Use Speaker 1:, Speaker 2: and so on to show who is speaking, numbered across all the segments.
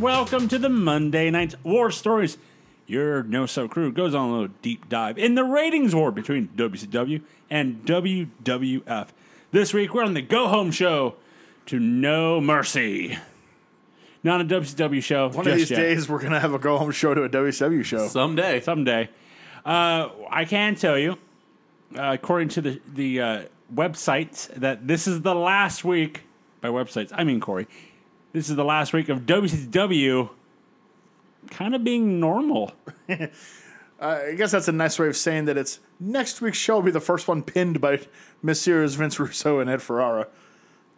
Speaker 1: welcome to the Monday Night War Stories. Your No So Crew goes on a little deep dive in the ratings war between WCW and WWF. This week we're on the Go Home Show to No Mercy. Not a WCW show.
Speaker 2: One of these days, we're gonna have a go home show to a WCW show.
Speaker 3: Someday.
Speaker 1: someday. Uh, I can tell you, uh, according to the the uh, websites, that this is the last week. By websites, I mean Corey. This is the last week of WCW kind of being normal.
Speaker 2: I guess that's a nice way of saying that it's next week's show will be the first one pinned by Messieurs Vince Russo and Ed Ferrara.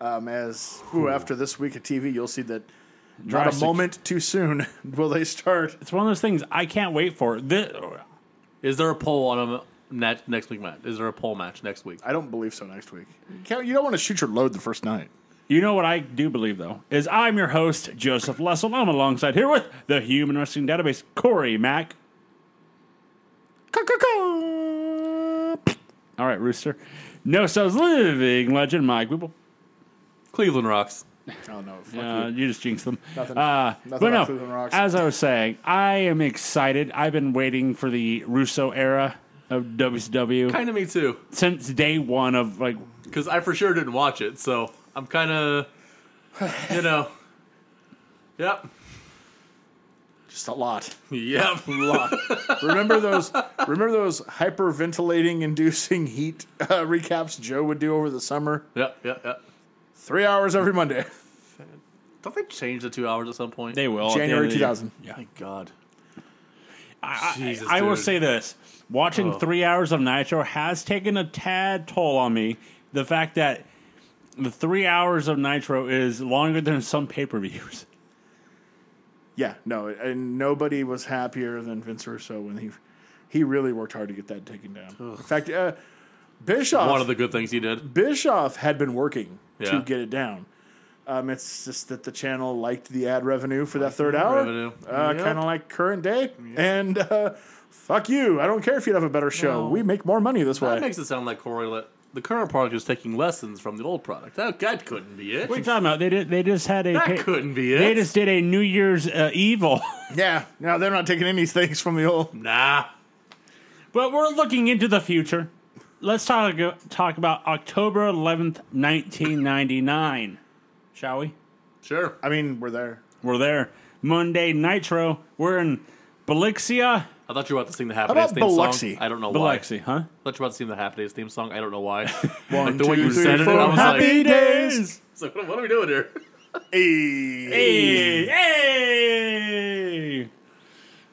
Speaker 2: Um, as ooh, after this week of TV, you'll see that not a
Speaker 1: Drastic.
Speaker 2: moment too soon will they start.
Speaker 1: It's one of those things I can't wait for. This,
Speaker 3: Is there a poll on a net next week match? Is there a poll match next week?
Speaker 2: I don't believe so. Next week, you, can't- you don't want to shoot your load the first night.
Speaker 1: you know what I do believe though is I'm your host Joseph Lessel. I'm alongside here with the Human Wrestling Database Corey Mack. All right, Rooster. No, so living legend Mike Weeble.
Speaker 3: Cleveland rocks.
Speaker 2: Oh no! Fuck
Speaker 1: Uh, you just jinxed them.
Speaker 2: Nothing-
Speaker 1: Uh,
Speaker 2: nothing
Speaker 1: but
Speaker 2: about
Speaker 1: no,
Speaker 2: Cleveland Rocks.
Speaker 1: as I was saying, I am excited. I've been waiting for the Russo era of WCW
Speaker 3: Kind of me too,
Speaker 1: since day one of like.
Speaker 3: because I for sure didn't watch it, so I'm kind of, you know, yep,
Speaker 2: just a lot.
Speaker 3: yep.
Speaker 2: lot. remember those? Remember those hyperventilating-inducing heat uh, recaps Joe would do over the summer?
Speaker 3: Yep, yep, yep.
Speaker 2: Three hours every Monday,
Speaker 3: Don't they change the two hours at some point?
Speaker 1: They will at the end
Speaker 2: January
Speaker 1: of the
Speaker 2: two
Speaker 1: year.
Speaker 2: thousand.
Speaker 3: My God.
Speaker 1: I, I-
Speaker 3: Jesus,
Speaker 1: I will
Speaker 3: dude.
Speaker 1: say this: watching
Speaker 3: Oh.
Speaker 1: three hours of Nitro has taken a tad toll on me. The fact that the three hours of Nitro is longer than some pay per views.
Speaker 2: Yeah, no, and nobody was happier than Vince Russo when he he really worked hard to get that taken down. In fact, uh, Bischoff
Speaker 3: One of the good things he did.
Speaker 2: Bischoff had been working
Speaker 3: Yeah.
Speaker 2: to get it down. Um, it's just that the channel liked the ad revenue for that third hour,
Speaker 3: revenue.
Speaker 2: uh,
Speaker 3: Yep.
Speaker 2: kind of like current day. And uh, fuck you, I don't care if you have a better show.
Speaker 3: No.
Speaker 2: We make more money this way.
Speaker 3: That makes it sound like Corey let the current product is taking lessons from the old product. That, that couldn't be it.
Speaker 1: What are you talking about? They did. They just had a.
Speaker 3: that
Speaker 1: pay-
Speaker 3: couldn't be it.
Speaker 1: they just did a New Year's uh, Evil.
Speaker 2: yeah, no, they're not taking any things from the old.
Speaker 3: nah.
Speaker 1: But we're looking into the future. Let's talk talk about October 11th, 1999, shall we?
Speaker 3: Sure.
Speaker 2: I mean, we're there.
Speaker 1: We're there. Monday Nitro. We're in Belixia.
Speaker 3: I thought you were about to sing the Happy
Speaker 2: about
Speaker 3: Days theme
Speaker 2: Biloxi?
Speaker 3: song. I don't know why.
Speaker 1: Biloxi, huh?
Speaker 3: I thought you were about to sing the Happy Days theme song. I don't know why.
Speaker 2: One,
Speaker 3: the way
Speaker 2: two,
Speaker 3: you
Speaker 2: three,
Speaker 3: said it,
Speaker 2: four,
Speaker 3: I was like-
Speaker 2: happy days.
Speaker 3: so what, what are we doing here?
Speaker 2: Hey.
Speaker 1: Hey, hey!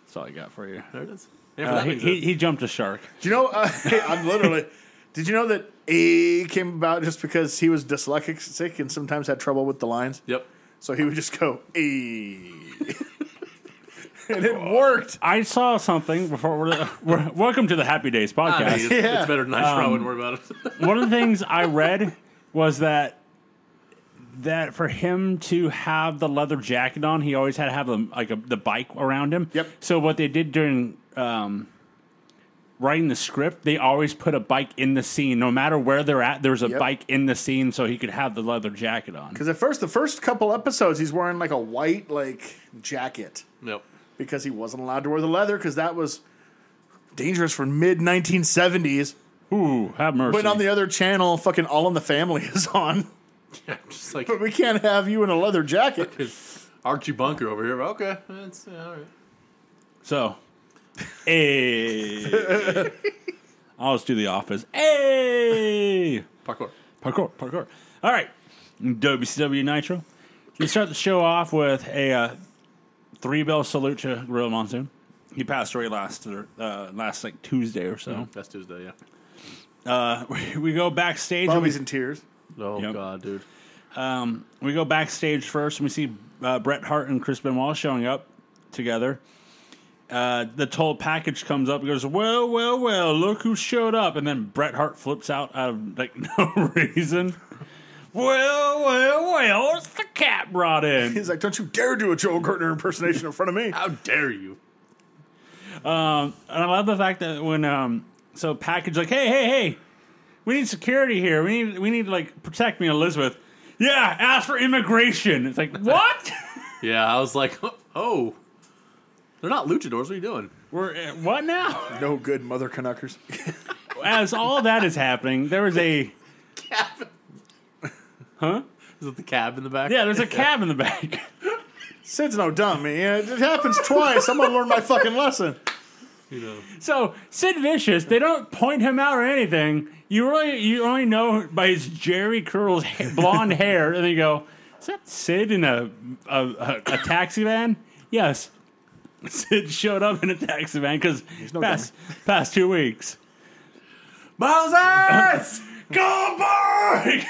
Speaker 1: That's all I got for you.
Speaker 3: There it is. Yeah, for
Speaker 1: Uh,
Speaker 3: that
Speaker 1: he,
Speaker 3: reason.
Speaker 1: he, he jumped a shark.
Speaker 2: Do you know? Uh, I'm literally. did you know that A came about just because he was dyslexic and sometimes had trouble with the lines?
Speaker 3: yep.
Speaker 2: So he would just go A, and it worked.
Speaker 1: I saw something before. We're, we're, welcome to the Happy Days
Speaker 3: I mean,
Speaker 1: podcast.
Speaker 3: it's,
Speaker 2: Yeah.
Speaker 3: it's better than Nitro. I wouldn't worry about it.
Speaker 1: one of the things I read was that that for him to have the leather jacket on, he always had to have a, like a, the bike around him.
Speaker 2: Yep.
Speaker 1: So what they did during um, writing the script, they always put a bike in the scene, no matter where they're at. There's a
Speaker 2: Yep.
Speaker 1: bike in the scene, so he could have the leather jacket on.
Speaker 2: Because at first, the first couple episodes, he's wearing like a white like jacket
Speaker 3: yep.
Speaker 2: because he wasn't allowed to wear the leather because that was dangerous for mid 1970s.
Speaker 1: Ooh, have mercy!
Speaker 2: But on the other channel, fucking All in the Family is on.
Speaker 3: Yeah, just like
Speaker 2: But we can't have you in a leather jacket.
Speaker 3: Archie Bunker over here. Okay. That's, yeah, all right.
Speaker 1: so, hey, I'll just do the office. Hey.
Speaker 3: Parkour.
Speaker 1: Parkour, parkour. All right, WCW Nitro. We start the show off with a uh, three bell salute to Gorilla Monsoon. He passed away last uh, last like Tuesday or so.
Speaker 3: That's Tuesday, yeah.
Speaker 1: Uh, we, we go backstage. and
Speaker 2: Bobby's
Speaker 1: We,
Speaker 2: in tears.
Speaker 3: Oh,
Speaker 1: Yep.
Speaker 3: God, dude.
Speaker 1: um, we go backstage first, and we see uh, Bret Hart and Chris Benoit showing up together. Uh, the total package comes up and goes, Well, well, well, look who showed up. And then Bret Hart flips out out of like no reason. well, well, well, it's the cat brought in.
Speaker 2: He's like, don't you dare do a Joel Gertner impersonation in front of me.
Speaker 3: How dare you?
Speaker 1: And I love the fact that when um so package like, hey, hey, hey, we need security here. We need we need to like protect me, Elizabeth. Yeah, ask for immigration. It's like what?
Speaker 3: Yeah, I was like, Oh, they're not luchadors. What are you doing?
Speaker 1: We're uh, what now?
Speaker 2: No good, mother Canuckers.
Speaker 1: As all that is happening, there is a huh?
Speaker 3: Is it the cab in the back?
Speaker 1: Yeah, there's a cab in the back.
Speaker 2: Sid's no dummy. It happens twice. I'm gonna learn my fucking lesson.
Speaker 3: You know.
Speaker 1: So Sid Vicious, they don't point him out or anything. You really, you only know by his Jerry curls, ha- blonde hair, and then you go, "Is that Sid in a a, a, a taxi van?" Yes, Sid showed up in a taxi van because
Speaker 2: no
Speaker 1: past past two weeks.
Speaker 3: Moses!
Speaker 1: Goldberg!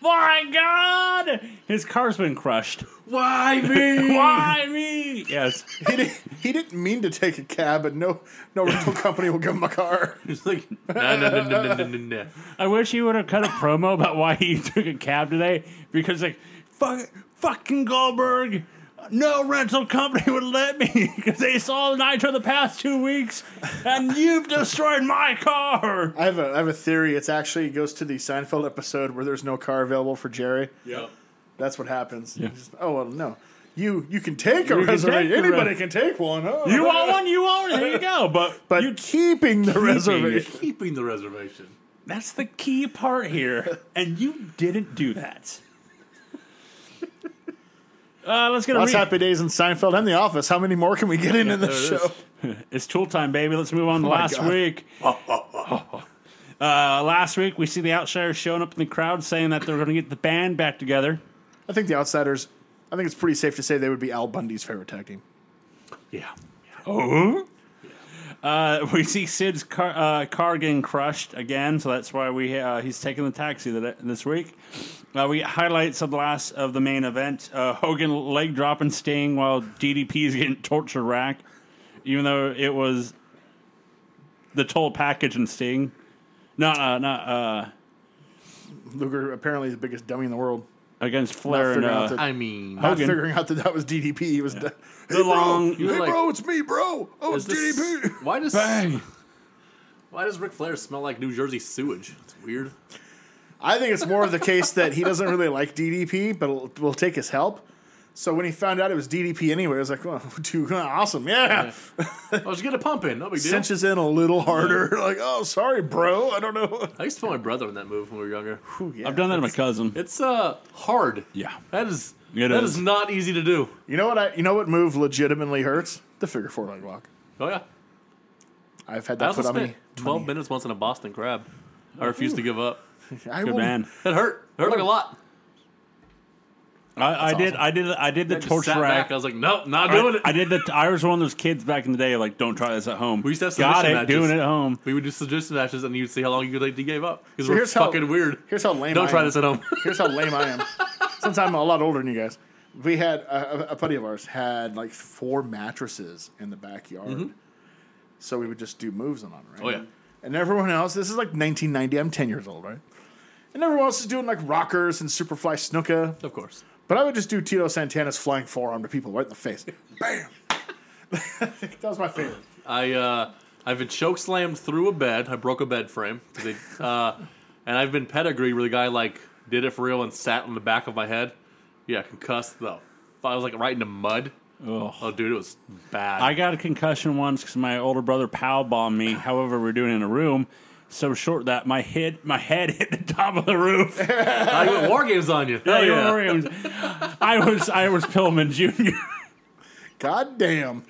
Speaker 1: My God, his car's been crushed.
Speaker 3: Why me?
Speaker 1: Why me? Yes,
Speaker 2: He, did, he didn't mean to take a cab, but no, no rental company will give him a car.
Speaker 3: He's like, no, no, no, no, no, no, no.
Speaker 1: I wish he would have cut a promo about why he took a cab today because like fuck, fucking Goldberg. No rental company would let me because they saw Nitro the past two weeks, and you've destroyed my car.
Speaker 2: I have a, I have a theory. It's actually it goes to the Seinfeld episode where there's no car available for Jerry.
Speaker 3: Yep.
Speaker 2: That's what happens. He's just, oh well, no. You you can take a
Speaker 1: You can
Speaker 2: reservation.
Speaker 1: take the
Speaker 2: Anybody
Speaker 1: res-
Speaker 2: can take one. Oh.
Speaker 1: You want one? You want one? Here you go. But
Speaker 2: But
Speaker 1: you,
Speaker 2: keeping the reservation.
Speaker 3: Keeping the reservation.
Speaker 1: that's the key part here, and you didn't do that. Uh, let's get a
Speaker 2: Lots of
Speaker 1: re-
Speaker 2: happy days in Seinfeld and The Office. How many more can we get in in this
Speaker 3: there it
Speaker 2: show?
Speaker 1: It's tool time, baby. Let's move on to
Speaker 2: Oh my
Speaker 1: last
Speaker 2: God.
Speaker 1: week. uh, last week, we see the Outsiders showing up in the crowd saying that they're going to get the band back together.
Speaker 2: I think The Outsiders. I think it's pretty safe to say they would be Al Bundy's favorite tag team.
Speaker 3: Yeah.
Speaker 2: Uh-huh.
Speaker 1: Oh. Uh, we see Sid's car, uh, car getting crushed again, so that's why we uh, he's taking the taxi that, this week. Uh, we get highlights of the last of the main event: uh, Hogan leg dropping Sting while DDP is getting torture rack, even though it was the total package and Sting. Not uh, not uh,
Speaker 2: Luger apparently the biggest dummy in the world.
Speaker 1: against Flair and
Speaker 2: figuring out
Speaker 1: uh,
Speaker 2: that-
Speaker 3: I mean,
Speaker 2: Not
Speaker 1: Hogan.
Speaker 2: figuring out that that was DDP. He was the, hey,
Speaker 1: the long.
Speaker 3: You were
Speaker 2: hey
Speaker 3: like-
Speaker 2: bro, it's me, bro. Oh, it's
Speaker 3: is this-
Speaker 2: DDP.
Speaker 3: why does
Speaker 1: Bang.
Speaker 3: why does Ric Flair smell like New Jersey sewage? It's weird.
Speaker 2: I think it's more of the case that he doesn't really like DDP, but will, will take his help. So when he found out it was DDP anyway, I was like, oh, dude, awesome, yeah.
Speaker 3: I was Oh, get a pump in. No big deal.
Speaker 2: Cinches in a little harder. Like, oh, sorry, bro. I don't know.
Speaker 3: I used to put my brother in that move when we were younger.
Speaker 1: I've done that to my cousin.
Speaker 3: It's uh hard.
Speaker 1: Yeah.
Speaker 3: That is
Speaker 1: It
Speaker 3: that
Speaker 1: is.
Speaker 3: is. not easy to do.
Speaker 2: You know what? I, you know what move legitimately hurts? The figure four leg lock.
Speaker 3: Oh yeah.
Speaker 2: I've had that
Speaker 3: I also
Speaker 2: put on
Speaker 3: spent
Speaker 2: me. Oh.
Speaker 3: 12 minutes once in a Boston crab. I refused to give up.
Speaker 2: I
Speaker 1: Good
Speaker 2: will-
Speaker 1: man.
Speaker 3: It hurt. It hurt
Speaker 2: Oh.
Speaker 3: like a lot.
Speaker 1: I, I did. I did. I did the
Speaker 3: Just
Speaker 1: torture
Speaker 3: sat
Speaker 1: rack.
Speaker 3: back. I was like, nope, not doing
Speaker 1: I,
Speaker 3: it.
Speaker 1: I did the. I was one of those kids back in the day, like, don't try this at home. We
Speaker 3: used to have
Speaker 1: got it,
Speaker 3: submission matches.
Speaker 1: doing it at home.
Speaker 3: we would do suggestion matches, and you'd see how long you like, you gave up because we're
Speaker 2: Here's how-
Speaker 3: fucking weird.
Speaker 2: Here's how lame.
Speaker 3: Don't
Speaker 2: I
Speaker 3: try
Speaker 2: am.
Speaker 3: this at home.
Speaker 2: Here's how lame I am. Since I'm a lot older than you guys, we had a, a- a buddy of ours had like four mattresses in the backyard, so we would just do moves on them. Right?
Speaker 3: Mm-hmm. Oh, yeah.
Speaker 2: And everyone else, this is like 1990. I'm 10 years old, right? And everyone else is doing like rockers and Superfly Snuka,
Speaker 3: of course.
Speaker 2: but I would just do Tito Santana's flying forearm to people right in the face. Bam. that was my favorite.
Speaker 3: I uh, I've been choke slammed through a bed. I broke a bed frame. 'Cause They, uh, and I've been pedigree where the guy like did it for real and sat on the back of my head. Yeah, concussed though. I was like right into mud. Oh, dude, it was bad.
Speaker 1: I got a concussion once because my older brother pow bombed me. However, we're doing it in a room so short that my head, my head hit the top of the roof.
Speaker 3: I went war games on you. Hell yeah.
Speaker 1: I was, I was Pillman Junior.
Speaker 2: God damn.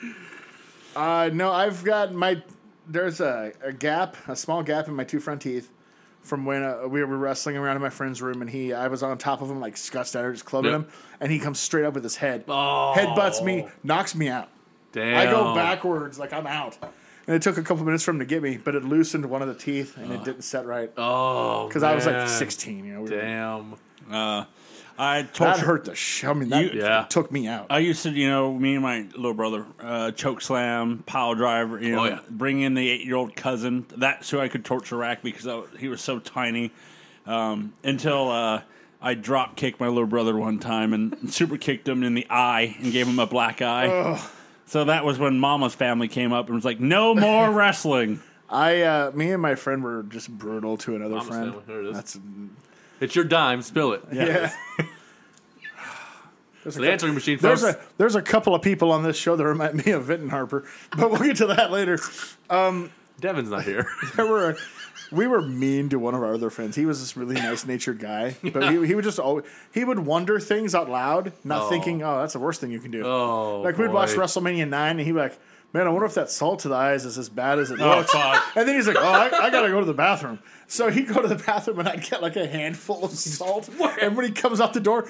Speaker 2: Uh, no, I've got my. There's a, a gap, a small gap in my two front teeth from when uh, we were wrestling around in my friend's room, and he, I was on top of him like Scott Steiner, just clubbing
Speaker 3: Yep.
Speaker 2: him, and he comes straight up with his head,
Speaker 3: Oh.
Speaker 2: headbutts me, knocks me out.
Speaker 3: Damn.
Speaker 2: I go backwards, like I'm out. And it took a couple minutes for him to get me, but it loosened one of the teeth, and it didn't set right
Speaker 3: Oh,
Speaker 2: because I was like
Speaker 3: man.
Speaker 2: 16. You know, we were-
Speaker 3: Damn.
Speaker 1: Uh, I
Speaker 2: that
Speaker 1: tortured.
Speaker 2: hurt the. Sh- I mean, that
Speaker 1: You-
Speaker 3: Yeah.
Speaker 2: took me out.
Speaker 1: I used to, you know, me and my little brother, uh, choke slam, pile driver, you know,
Speaker 3: Oh, yeah.
Speaker 1: bring in the eight year old cousin. That's who I could torture rack because I, he was so tiny. Um, until uh, I drop kicked my little brother one time and super kicked him in the eye and gave him a black eye. So that was when Mama's family came up and was like, "No more wrestling."
Speaker 2: I, uh, me and my friend were just brutal to another
Speaker 3: Mama's
Speaker 2: friend.
Speaker 3: family, there it is.
Speaker 2: That's
Speaker 3: It's your dime. Spill it.
Speaker 2: Yeah.
Speaker 3: So the answering machine,
Speaker 2: There's
Speaker 3: folks.
Speaker 2: a there's a couple of people on this show that remind me of Vinton Harper, but we'll get to that later.
Speaker 3: Devin's not here.
Speaker 2: There were we were mean to one of our other friends. He was this really nice natured guy, but he, he would just always he would wonder things out loud, not
Speaker 3: Oh.
Speaker 2: thinking, oh, that's the worst thing you can do.
Speaker 3: Oh,
Speaker 2: like we'd watch
Speaker 3: boy.
Speaker 2: WrestleMania nine, and he'd be like, man, I wonder if that salt to the eyes is as bad as it
Speaker 1: Oh
Speaker 2: looks.
Speaker 1: fuck!
Speaker 2: And then he's like, "Oh, I, I gotta go to the bathroom." So he'd go to the bathroom, and I'd get like a handful of salt. and when he comes out the door,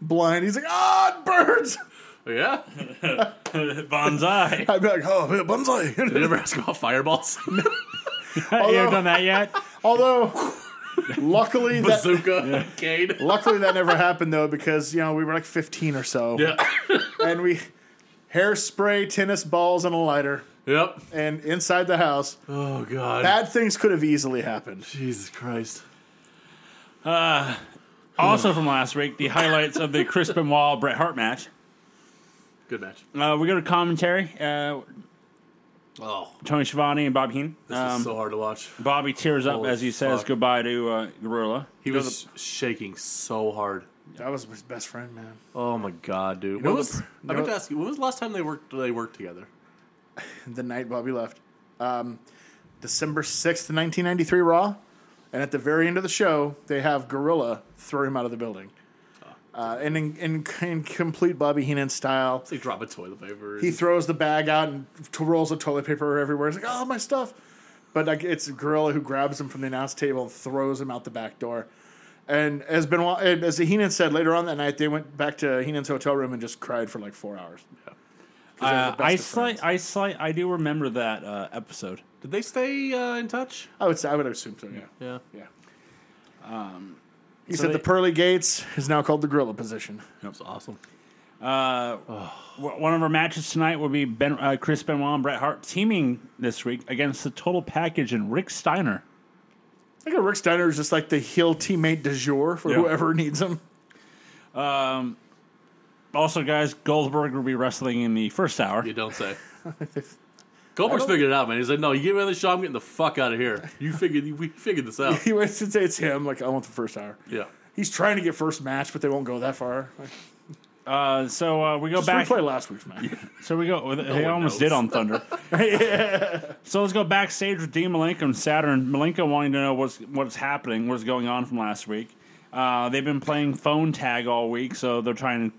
Speaker 2: blind, he's like, "Ah, it burns!"
Speaker 3: yeah.
Speaker 1: Bonsai.
Speaker 2: I'd be like, "Oh, man, bonsai."
Speaker 3: Did you ever ask about fireballs?
Speaker 1: you
Speaker 2: Although-
Speaker 1: haven't done that yet?
Speaker 2: Although, luckily, that,
Speaker 3: Bazooka, Cade.
Speaker 2: luckily that never happened though, because you know we were like 15 or so,
Speaker 3: Yeah.
Speaker 2: and we hairspray, tennis balls, and a lighter,
Speaker 3: yep.
Speaker 2: and inside the house,
Speaker 3: Oh god.
Speaker 2: bad things could have easily happened.
Speaker 3: Jesus Christ.
Speaker 1: Also from last week, the highlights of the Chris Benoit Bret Hart match.
Speaker 3: Good match.
Speaker 1: Uh, we go to commentary. Uh,
Speaker 3: Oh,
Speaker 1: Tony Schiavone and Bob Heenan.
Speaker 3: this
Speaker 1: Um,
Speaker 3: is so hard to watch.
Speaker 1: Bobby tears up
Speaker 3: Holy
Speaker 1: as he says
Speaker 3: fuck.
Speaker 1: goodbye to uh, Gorilla.
Speaker 3: He was shaking so hard.
Speaker 2: That was his best friend, man.
Speaker 3: Oh my god, dude.
Speaker 2: know
Speaker 3: When was,
Speaker 2: the- you
Speaker 3: I
Speaker 2: know-
Speaker 3: meant to ask you. When was the last time they worked? They worked together.
Speaker 2: the night Bobby left. Um, December 6th, 1993 Raw. And at the very end of the show, they have Gorilla throw him out of the building. Uh, and in, in, in complete Bobby Heenan style,
Speaker 3: They drop a toilet paper.
Speaker 2: he throws the bag out and t- rolls the toilet paper everywhere. He's like, oh, my stuff. But like, it's Gorilla who grabs him from the announce table and throws him out the back door. And as Benoit, and as Heenan said later on that night, they went back to Heenan's hotel room and just cried for like four hours. they're the
Speaker 1: Uh,
Speaker 2: best
Speaker 1: I
Speaker 2: of
Speaker 1: slight,
Speaker 2: friends.
Speaker 1: I slight, I do remember that uh, episode.
Speaker 3: Did they stay uh, in touch?
Speaker 2: I would say, I would assume so. Yeah.
Speaker 3: Yeah.
Speaker 2: Yeah. Um, he
Speaker 1: so
Speaker 2: said
Speaker 1: they-
Speaker 2: the pearly gates is now called the gorilla position.
Speaker 3: That was awesome.
Speaker 1: W- One of our matches tonight will be ben, uh, Chris Benoit and Bret Hart teaming this week against the Total Package and Rick Steiner.
Speaker 2: I think Rick Steiner is just like the heel teammate de jour for
Speaker 1: Yeah.
Speaker 2: whoever needs him.
Speaker 1: Also, guys, Goldberg will be wrestling in the first hour.
Speaker 3: You don't say. Goldberg's figured it out, man. He said, "No, you give me another shot. I'm getting the fuck out of here. You figured we figured this out."
Speaker 2: He waits to say it's him. Like I want the first hour.
Speaker 3: Yeah.
Speaker 2: He's trying to get first match, but they won't go that far. Like,
Speaker 1: Uh, so uh, we go
Speaker 2: just
Speaker 1: back.
Speaker 2: replay last week's match.
Speaker 1: So we go. they
Speaker 3: one
Speaker 1: almost
Speaker 3: knows.
Speaker 1: did on Thunder. So let's go backstage with Dean Malenko and Saturn. Malenko wanting to know what's what's happening, what's going on from last week. Uh, they've been playing phone tag all week, so they're trying to